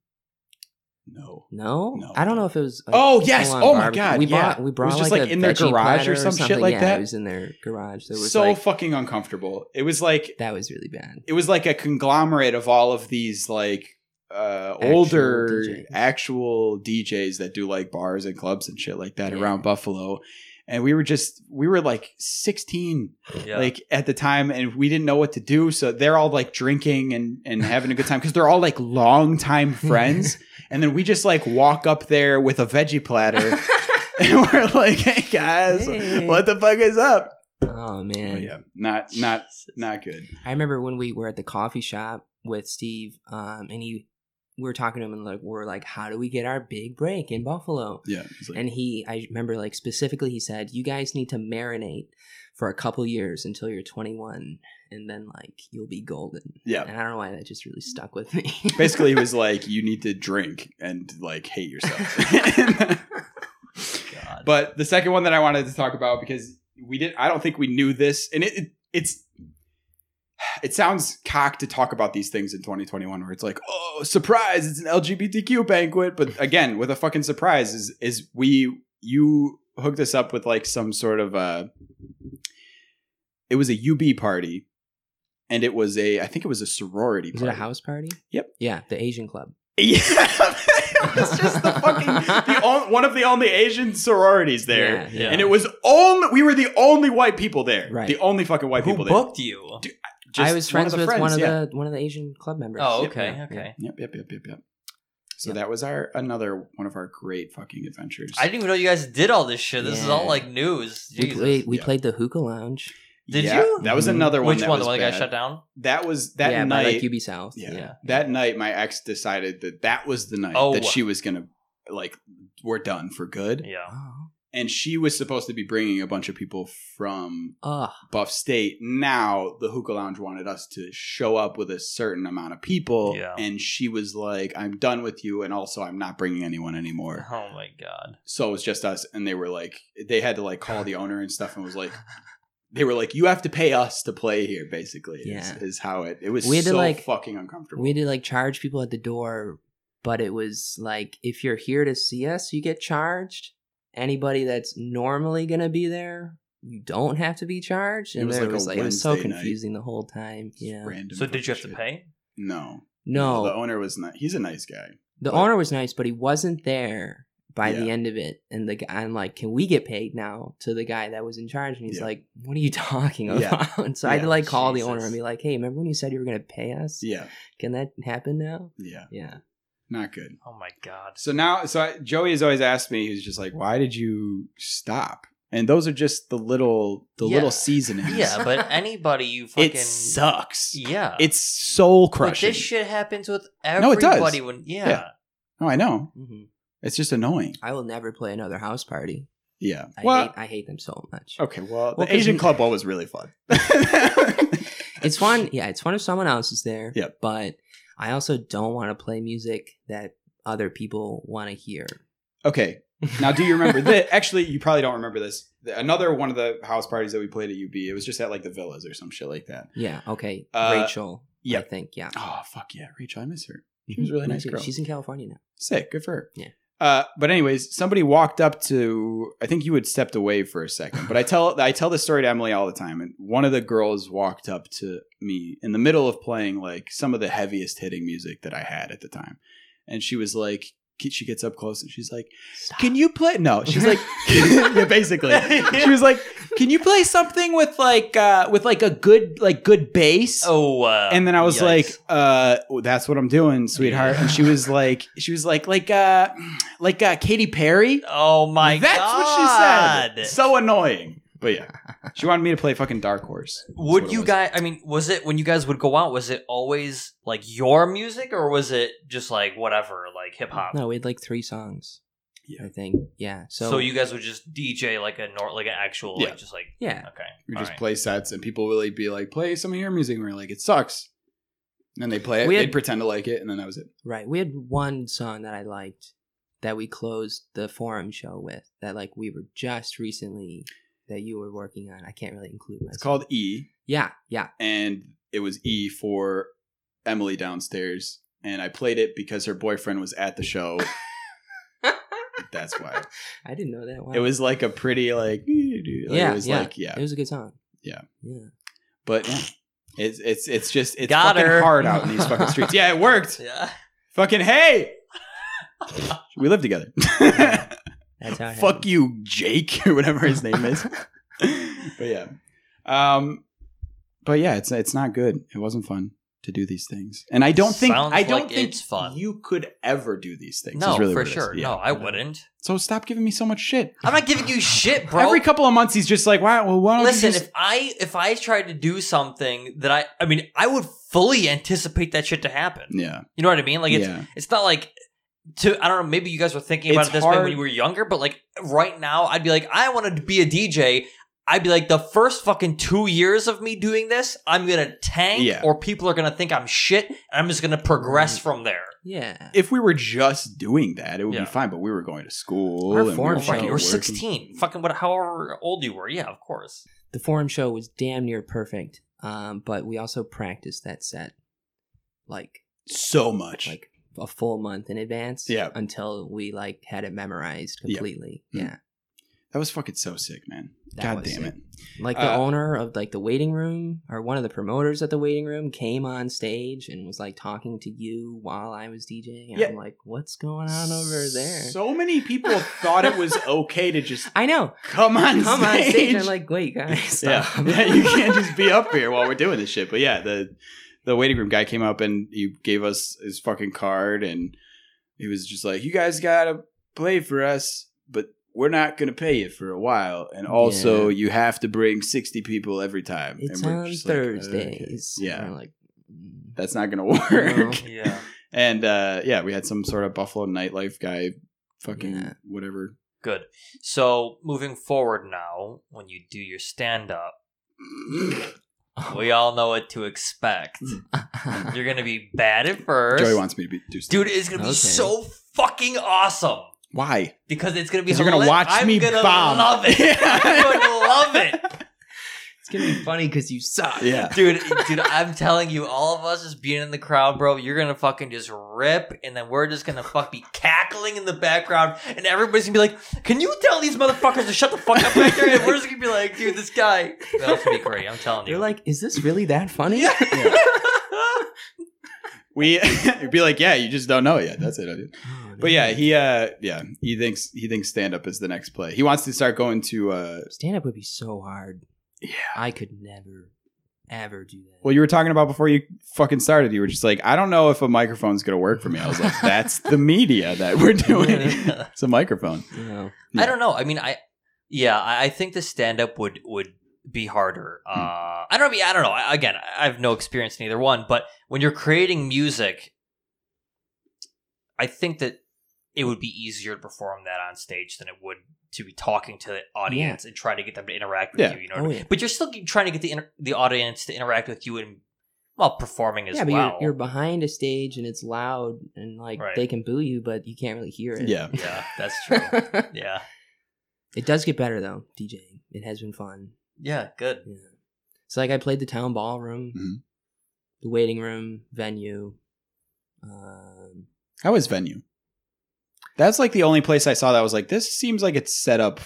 S1: no
S3: No,
S1: No.
S3: I don't know if it was. Like,
S1: Oh, yes.
S3: full-on
S1: Oh, my
S3: barbecue.
S1: God,
S3: We
S1: yeah.
S3: bought we brought
S1: just,
S3: like,
S1: like,
S3: a
S1: in their garage
S3: veggie
S1: or
S3: platter
S1: some shit
S3: something.
S1: like
S3: yeah,
S1: that?
S3: It was in their garage. There was
S1: so
S3: like,
S1: fucking uncomfortable it was like
S3: that was really bad.
S1: it was like a conglomerate of all of these like uh
S3: Actual
S1: older
S3: DJs.
S1: actual DJs that do like bars and clubs and shit like that
S3: Yeah.
S1: around Buffalo. And we were just we were like 16
S2: Yeah.
S1: like at the time and we didn't know what to do so they're all like drinking and and having a good time cuz they're all like longtime friends and then we just like walk up there with a veggie platter and we're like hey guys
S3: Hey.
S1: what the fuck is up?
S3: oh
S1: But
S3: man,
S1: yeah, not not not good.
S3: I remember when we were at the coffee shop with Steve, um, and he we were talking to him and like we're like, how do we get our big break in Buffalo?
S1: Yeah. it's like-
S3: And he, I remember like specifically, he said, "You guys need to marinate for a couple years until you're 21, and then like you'll be golden."
S1: yeah.
S3: And I don't know why that just really stuck with me.
S1: basically he was like you need to drink and like hate yourself
S2: God.
S1: but the second one that i wanted to talk about because we did i don't think we knew this and it, it it's it sounds cock to talk about these things in 2021 where it's like oh surprise it's an lgbtq banquet but again with a fucking surprise is is we you hooked us up with like some sort of uh it was a ub party and it was a i think it was a sorority
S3: was it
S1: party.
S3: a house party?
S1: Yep.
S3: Yeah, the Asian club.
S1: Yeah, it was just the fucking the on, one of the only Asian sororities there,
S3: Yeah, yeah.
S1: and it was only we were the only white people there,
S3: Right.
S1: The only fucking white
S2: Who
S1: people
S2: booked you?
S1: Dude, there.
S3: I was friends
S1: the
S3: with one of
S1: yeah.
S3: the one of the Asian club members.
S2: Oh,
S1: Yep.
S2: okay,
S3: Yeah,
S2: okay.
S1: Yep, yep, yep, yep, yep. So
S3: Yep.
S1: that was our another one of our great fucking adventures.
S2: I didn't even know you guys did all this shit. This is
S3: Yeah.
S2: all like news.
S3: We,
S2: Jesus.
S3: played, we
S1: Yeah.
S3: played the hookah lounge.
S2: Did
S1: Yeah,
S2: you?
S1: That was another one.
S2: Which
S1: that
S2: one?
S1: Was
S2: the one that
S1: bad.
S2: got shut down?
S1: That was that
S3: Mm-hmm. yeah,
S1: night.
S3: by like UB South.
S1: yeah,
S3: yeah.
S1: that night, my ex decided that that was the night
S2: Oh.
S1: that she was gonna like we're done for good,
S2: Yeah.
S1: and she was supposed to be bringing a bunch of people from
S3: Uh,
S1: Buff State. Now the hookah lounge wanted us to show up with a certain amount of people,
S2: Yeah.
S1: and she was like, "I'm done with you," and also I'm not bringing anyone anymore.
S2: Oh my god.
S1: So it was just us, and they were like, they had to like call the owner and stuff, and was like. They were like, "You have to pay us to play here." Basically, is-
S3: Yeah.
S1: is, how it. It was
S3: We had to,
S1: so
S3: like-
S1: fucking uncomfortable.
S3: we had to like charge people at the door, but it was like if you're here to see us, you get charged. Anybody that's normally gonna be there, you don't have to be charged.
S1: It
S3: And
S1: was
S3: there
S1: like a
S3: was like it was so
S1: Wednesday night.
S3: confusing the whole time. Yeah.
S1: Random
S2: So did you have
S1: fucking shit.
S2: to pay?
S1: No,
S3: No,
S1: The owner was not. He's a nice guy.
S3: the
S1: But-
S3: owner was nice, but he wasn't there by the
S1: Yeah.
S3: end of it. And the guy, I'm like, can we get paid now? To the guy that was in charge, and he's
S1: Yeah.
S3: like, what are you talking
S1: Yeah.
S3: about? so I had to
S1: Yeah.
S3: like call the owner
S2: Jesus.
S3: and be like, hey, remember when you said you were gonna pay us?
S1: Yeah,
S3: Can that happen now?
S1: yeah,
S3: Yeah,
S1: not good.
S2: Oh my god.
S1: So now, so I, Joey has always asked me. He's just like, "Why did you stop?" And those are just the little, the
S2: Yeah.
S1: little seasonings.
S2: Yeah, but anybody you fucking
S1: it sucks.
S2: Yeah.
S1: It's soul
S2: but
S1: crushing.
S2: this shit happens with
S1: No, it does.
S2: everybody when yeah.
S1: Yeah. oh, I know.
S3: hmm
S1: It's just annoying.
S3: I will never play another house party.
S1: Yeah.
S3: I
S1: well,
S3: hate I hate them so much.
S1: okay. Well,
S3: Well,
S1: the Asian
S3: 'cause-
S1: Club Ball was really fun.
S3: It's fun, yeah. It's fun if someone else is there.
S1: Yep.
S3: But I also don't want to play music that other people want to hear.
S1: Okay. Now, do you remember this? Actually, you probably don't remember this. Another one of the house parties that we played at UB. It was just at like the villas or some shit like that.
S3: Yeah. Okay.
S1: Uh,
S3: Rachel.
S1: yeah.
S3: I think. Yeah.
S1: Oh fuck yeah, Rachel, I miss her. She was a really
S3: Me
S1: nice
S3: too.
S1: girl.
S3: She's Mm, in California now.
S1: Sick, good for her.
S3: Yeah.
S1: Uh, but anyways, somebody walked up to. I think you had stepped away for a second, but I tell I tell this story to Emily all the time. And one of the girls walked up to me in the middle of playing like some of the heaviest hitting music that I had at the time, and she was like, she gets up close and she's like,
S3: Stop.
S1: "Can you play?" No, she's like, yeah, basically, she was like, "Can you play something with like uh, with like a good like good bass?"
S2: Oh uh,
S1: and then I was
S2: yikes.
S1: like, uh, well, "That's what I'm doing, sweetheart." And she was like, "She was like, like, uh, like uh, Katy Perry."
S2: Oh my
S1: That's
S2: god.
S1: what she said. So annoying. But yeah, she wanted me to play fucking Dark Horse. That's what
S2: would
S1: it
S2: you
S1: was.
S2: guys I mean, was it when you guys would go out, was it always like your music or was it just like whatever, like hip hop?
S3: No, we had like three songs.
S1: Yeah.
S3: I think. Yeah. So,
S2: So, you guys would just DJ like a nor like an actual
S1: Yeah.
S2: like just like
S3: Yeah.
S2: okay.
S1: We just
S2: alright.
S1: play sets, and people would like, be like, "Play some of your music," and we are like, "It sucks." And then they play it.
S3: We
S1: They'd
S3: had-
S1: pretend to like it, and then that was it.
S3: Right. We had one song that I liked that we closed the forum show with that like we were just recently that you were working on. I can't really include myself.
S1: It's called E,
S3: Yeah, yeah.
S1: and it was E for Emily downstairs. And I played it because her boyfriend was at the show. That's why.
S3: I didn't know that. Wow.
S1: It was like a pretty like, yeah,
S3: Yeah,
S1: it was
S3: yeah.
S1: like yeah,
S3: It was a good song.
S1: Yeah.
S3: Yeah.
S1: but yeah. it's it's it's just it's
S2: Got
S1: fucking
S2: her.
S1: hard out in these fucking streets. Yeah, it worked.
S2: Yeah.
S1: Fucking hey, we live together.
S3: That's how. It
S1: Fuck you, Jake or whatever his name is. but yeah, um, but yeah, it's it's not good. It wasn't fun to do these things, and I don't think
S2: Sounds
S1: I don't
S2: like
S1: think
S2: it's fun.
S1: you could ever do these things.
S2: No,
S1: is really
S2: for
S1: what it is.
S2: sure.
S1: Yeah.
S2: No, I wouldn't.
S1: So stop giving me so much shit.
S2: I'm not giving you shit, bro.
S1: Every couple of months, he's just like, "Why? Well, why don't
S2: Listen,
S1: you just
S2: if I if I tried to do something that I I mean, I would fully anticipate that shit to happen.
S1: yeah,
S2: You know what I mean? Like it's
S1: yeah.
S2: it's not like to I don't know, maybe you guys were thinking about
S1: It's
S2: it this way
S1: hard-
S2: when you were younger, but like right now I'd be like, I wanted to be a DJ. I'd be like, the first fucking two years of me doing this, I'm gonna tank
S1: Yeah. Mm.
S2: or people are gonna think I'm shit and I'm just gonna progress from there.
S3: Yeah.
S1: if we were just doing that, it would
S2: Yeah.
S1: be fine. But we were going to school.
S3: Our
S1: and we
S3: form
S1: were
S3: show.
S2: Right,
S1: fucking
S2: you were
S1: working.
S2: 16. Fucking what however old you were. Yeah, of course.
S3: the forum show was damn near perfect. Um, but we also practiced that set like
S1: so much.
S3: like a full month in advance.
S1: Yeah.
S3: Until we like had it memorized
S1: Yeah.
S3: completely.
S1: Mm.
S3: Yeah.
S1: that was fucking so sick, man.
S3: That
S1: God
S3: was
S1: damn it.
S3: sick. Like the
S1: Uh,
S3: owner of like the waiting room or one of the promoters at the waiting room came on stage and was like talking to you while I was DJing. And
S1: Yeah.
S3: I'm like, what's going on over there?
S1: So many people thought it was okay to just
S3: I know.
S1: come on
S3: Come
S1: stage.
S3: on stage. I'm like, wait, guys.
S1: yeah.
S3: Stop.
S1: yeah, you can't just be up here while we're doing this shit. But yeah, the the waiting room guy came up and he gave us his fucking card and he was just like, "You guys gotta play for us." But we're not going to pay you for a while. And also, you have to bring 60 people every time.
S3: It's
S1: and we're
S3: on
S1: just like, okay.
S3: Thursdays.
S1: Yeah.
S3: And we're like, mm.
S1: That's not going to work.
S3: No.
S2: Yeah.
S1: And uh, yeah, we had some sort of Buffalo nightlife guy, fucking
S3: Yeah.
S1: whatever.
S2: Good. So moving forward now, when you do your stand up, we all know what to expect. You're gonna be bad at first.
S1: Joey wants me to be, do stuff.
S2: Dude, it's gonna be
S3: Okay.
S2: so fucking awesome.
S1: Why?
S2: Because it's gonna be
S1: 'Cause you're gonna
S2: hila-
S1: watch
S2: I'm
S1: me
S2: gonna
S1: bomb.
S2: Love it. I'm gonna love it.
S3: it's gonna be funny because you suck.
S1: Yeah.
S2: dude dude i'm telling you all of us just being in the crowd bro you're gonna fucking just rip and then we're just gonna fuck be cackling in the background and everybody's gonna be like can you tell these motherfuckers to shut the fuck up back there and we're just gonna be like dude this guy that's gonna be great i'm telling you
S3: You're like, is this really that funny?
S1: Yeah. We it'd be like, yeah, you just don't know it yet. That's it. I did.
S3: Oh,
S1: But yeah,
S3: man.
S1: he uh yeah, he thinks he thinks stand up is the next play. He wants to start going to uh
S3: stand up would be so hard.
S1: Yeah.
S3: I could never, ever do that.
S1: well you were talking about before you fucking started. You were just like, I don't know if a microphonene's gonna work for me. I was like, that's the media that we're doing. it's a microphone.
S3: you know,
S2: i don't know i mean i yeah i, I think the stand-up would would be harder
S3: Hmm.
S2: uh i don't mean i don't know I, again i have no experience in either one but when you're creating music i think that it would be easier to perform that on stage than it would to be talking to the audience and trying to get them to interact with
S1: Yeah.
S2: you you know what
S3: oh
S2: I mean?
S3: yeah,
S2: but you're still trying to get the inter- the audience to interact with you and while performing as
S3: yeah. But
S2: well
S3: you're, you're behind a stage and it's loud and like
S2: Right.
S3: they can boo you, but you can't really hear it.
S1: Yeah.
S2: yeah that's true yeah
S3: it does get better though. DJing, it has been fun.
S2: yeah good
S3: Yeah. So like I played the town ballroom,
S2: Mm-hmm.
S1: Mhm.
S3: the waiting room, venue. Um,
S1: How is venue? That's like the only place I saw that was like, this seems like it's set up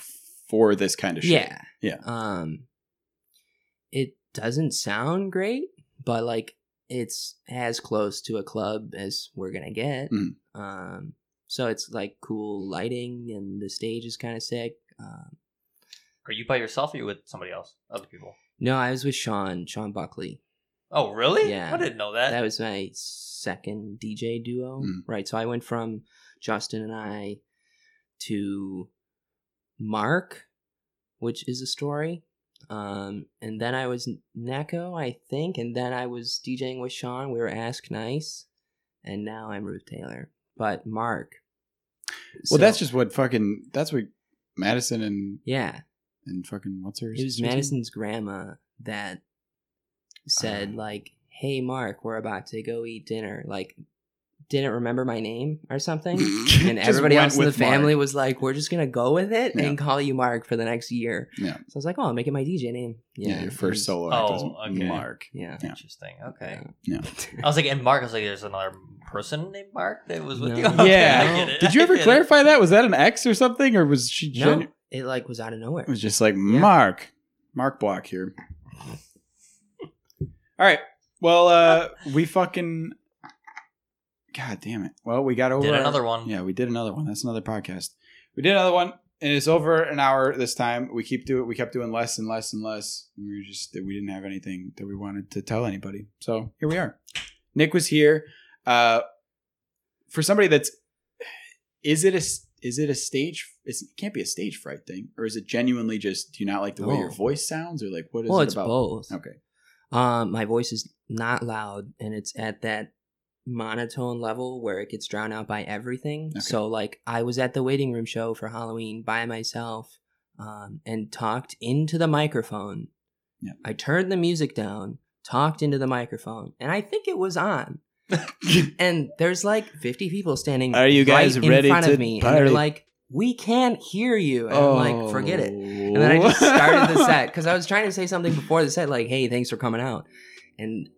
S1: for this kind of shit.
S3: yeah,
S1: Yeah.
S3: Um, it doesn't sound great, but like it's as close to a club as we're gonna get.
S1: Mhm.
S3: Um, so it's like cool lighting and the stage is kind of sick. Um,
S2: are you by yourself or are you with somebody else other people
S3: no, I was with Sean, Sean Buckley.
S2: Oh, really?
S3: Yeah.
S2: I didn't know
S1: Uh,
S2: that.
S3: that was my second DJ duo,
S1: Mm.
S3: right? So I went from Justin and I to Mark, which is a story. Um, and then I was Neko, I think, and then I was DJing with Sean. We were Ask Nice, and now I'm Ruth Taylor. But Mark,
S1: Well,
S3: so-
S1: that's just what fucking that's what Madison and
S3: yeah.
S1: and fucking what's her
S3: It was
S1: sister's name?
S3: Madison's grandma that said
S1: Ah.
S3: like, "Hey, Mark, we're about to go eat dinner." Like, didn't remember my name or something. and
S1: Just
S3: everybody
S1: went
S3: else in the
S1: with Mark.
S3: family was like, "We're just gonna go with it
S1: Yeah.
S3: and call you Mark for the next year."
S1: Yeah.
S3: So I was like, "Oh, I'll make it my DJ name."
S1: Yeah, your first solo act
S2: Oh,
S1: was
S2: okay.
S1: Mark.
S3: Yeah.
S1: Yeah.
S2: Interesting. Okay.
S1: Yeah.
S2: I was like, and Mark, I was like, there's another person named Mark that was with
S3: No.
S2: you. Okay,
S1: Yeah.
S2: I get it.
S1: Did you
S2: I
S1: ever
S2: get it.
S1: clarify that? Was that an X or something, or was she?
S3: No,
S1: genu-
S3: it like was out of nowhere.
S1: it was just like Mark, Mark Block here. All right. Well, uh we fucking. God damn it! Well, we got over
S2: Did
S1: our-
S2: another one.
S1: Yeah, we did another one. That's another podcast. We did another one, and it's over an hour this time. We keep doing. We kept doing less and less and less. We were just we didn't have anything that we wanted to tell anybody. So here we are. Nick was here. Uh, for somebody that's is it a s- is it a stage? It's, it can't be a stage fright thing, or is it genuinely just do you not like the way your
S3: Oh.
S1: voice sounds, or like what is
S3: well,
S1: it
S3: it's
S1: about?
S3: both.
S1: Okay,
S3: Um, my voice is not loud, and it's at that monotone level where it gets drowned out by everything.
S1: Okay.
S3: So, like, I was at the waiting room show for Halloween by myself, um, and talked into the microphone.
S1: Yeah.
S3: I turned the music down, talked into the microphone, and I think it was on. and there's like 50 people standing.
S1: Are you guys
S3: right in
S1: ready
S3: front
S1: to
S3: of me? And
S1: party?
S3: they're like, "We can't hear you." And I'm like, "Forget it." And then I just
S1: Oh.
S3: started the set because I was trying to say something before the set, like, hey, thanks for coming out. And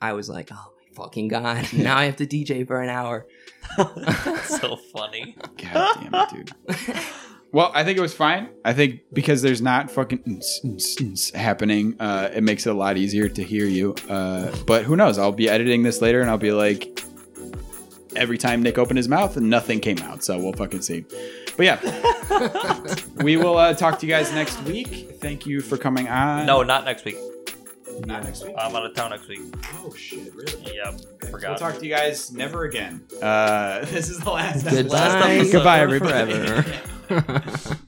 S3: I was like, oh my fucking God.
S1: Yeah.
S3: Now I have to DJ for an hour.
S2: That's so funny.
S1: God damn it, dude. Well, I think it was fine. I think because there's not fucking ns, ns, ns happening, uh, it makes it a lot easier to hear you. Uh, but who knows? I'll be editing this later and I'll be like, every time Nick opened his mouth, nothing came out. So we'll fucking see. But yeah, we will uh, talk to you guys next week. Thank you for coming on.
S2: no, not next week.
S1: not next week.
S2: I'm out of town next week.
S1: oh, shit, really?
S2: Yep. Forgot.
S1: We'll talk to you guys never again. Uh, this is the last
S3: Goodbye.
S1: last episode.
S3: Goodbye,
S1: everybody.
S3: forever.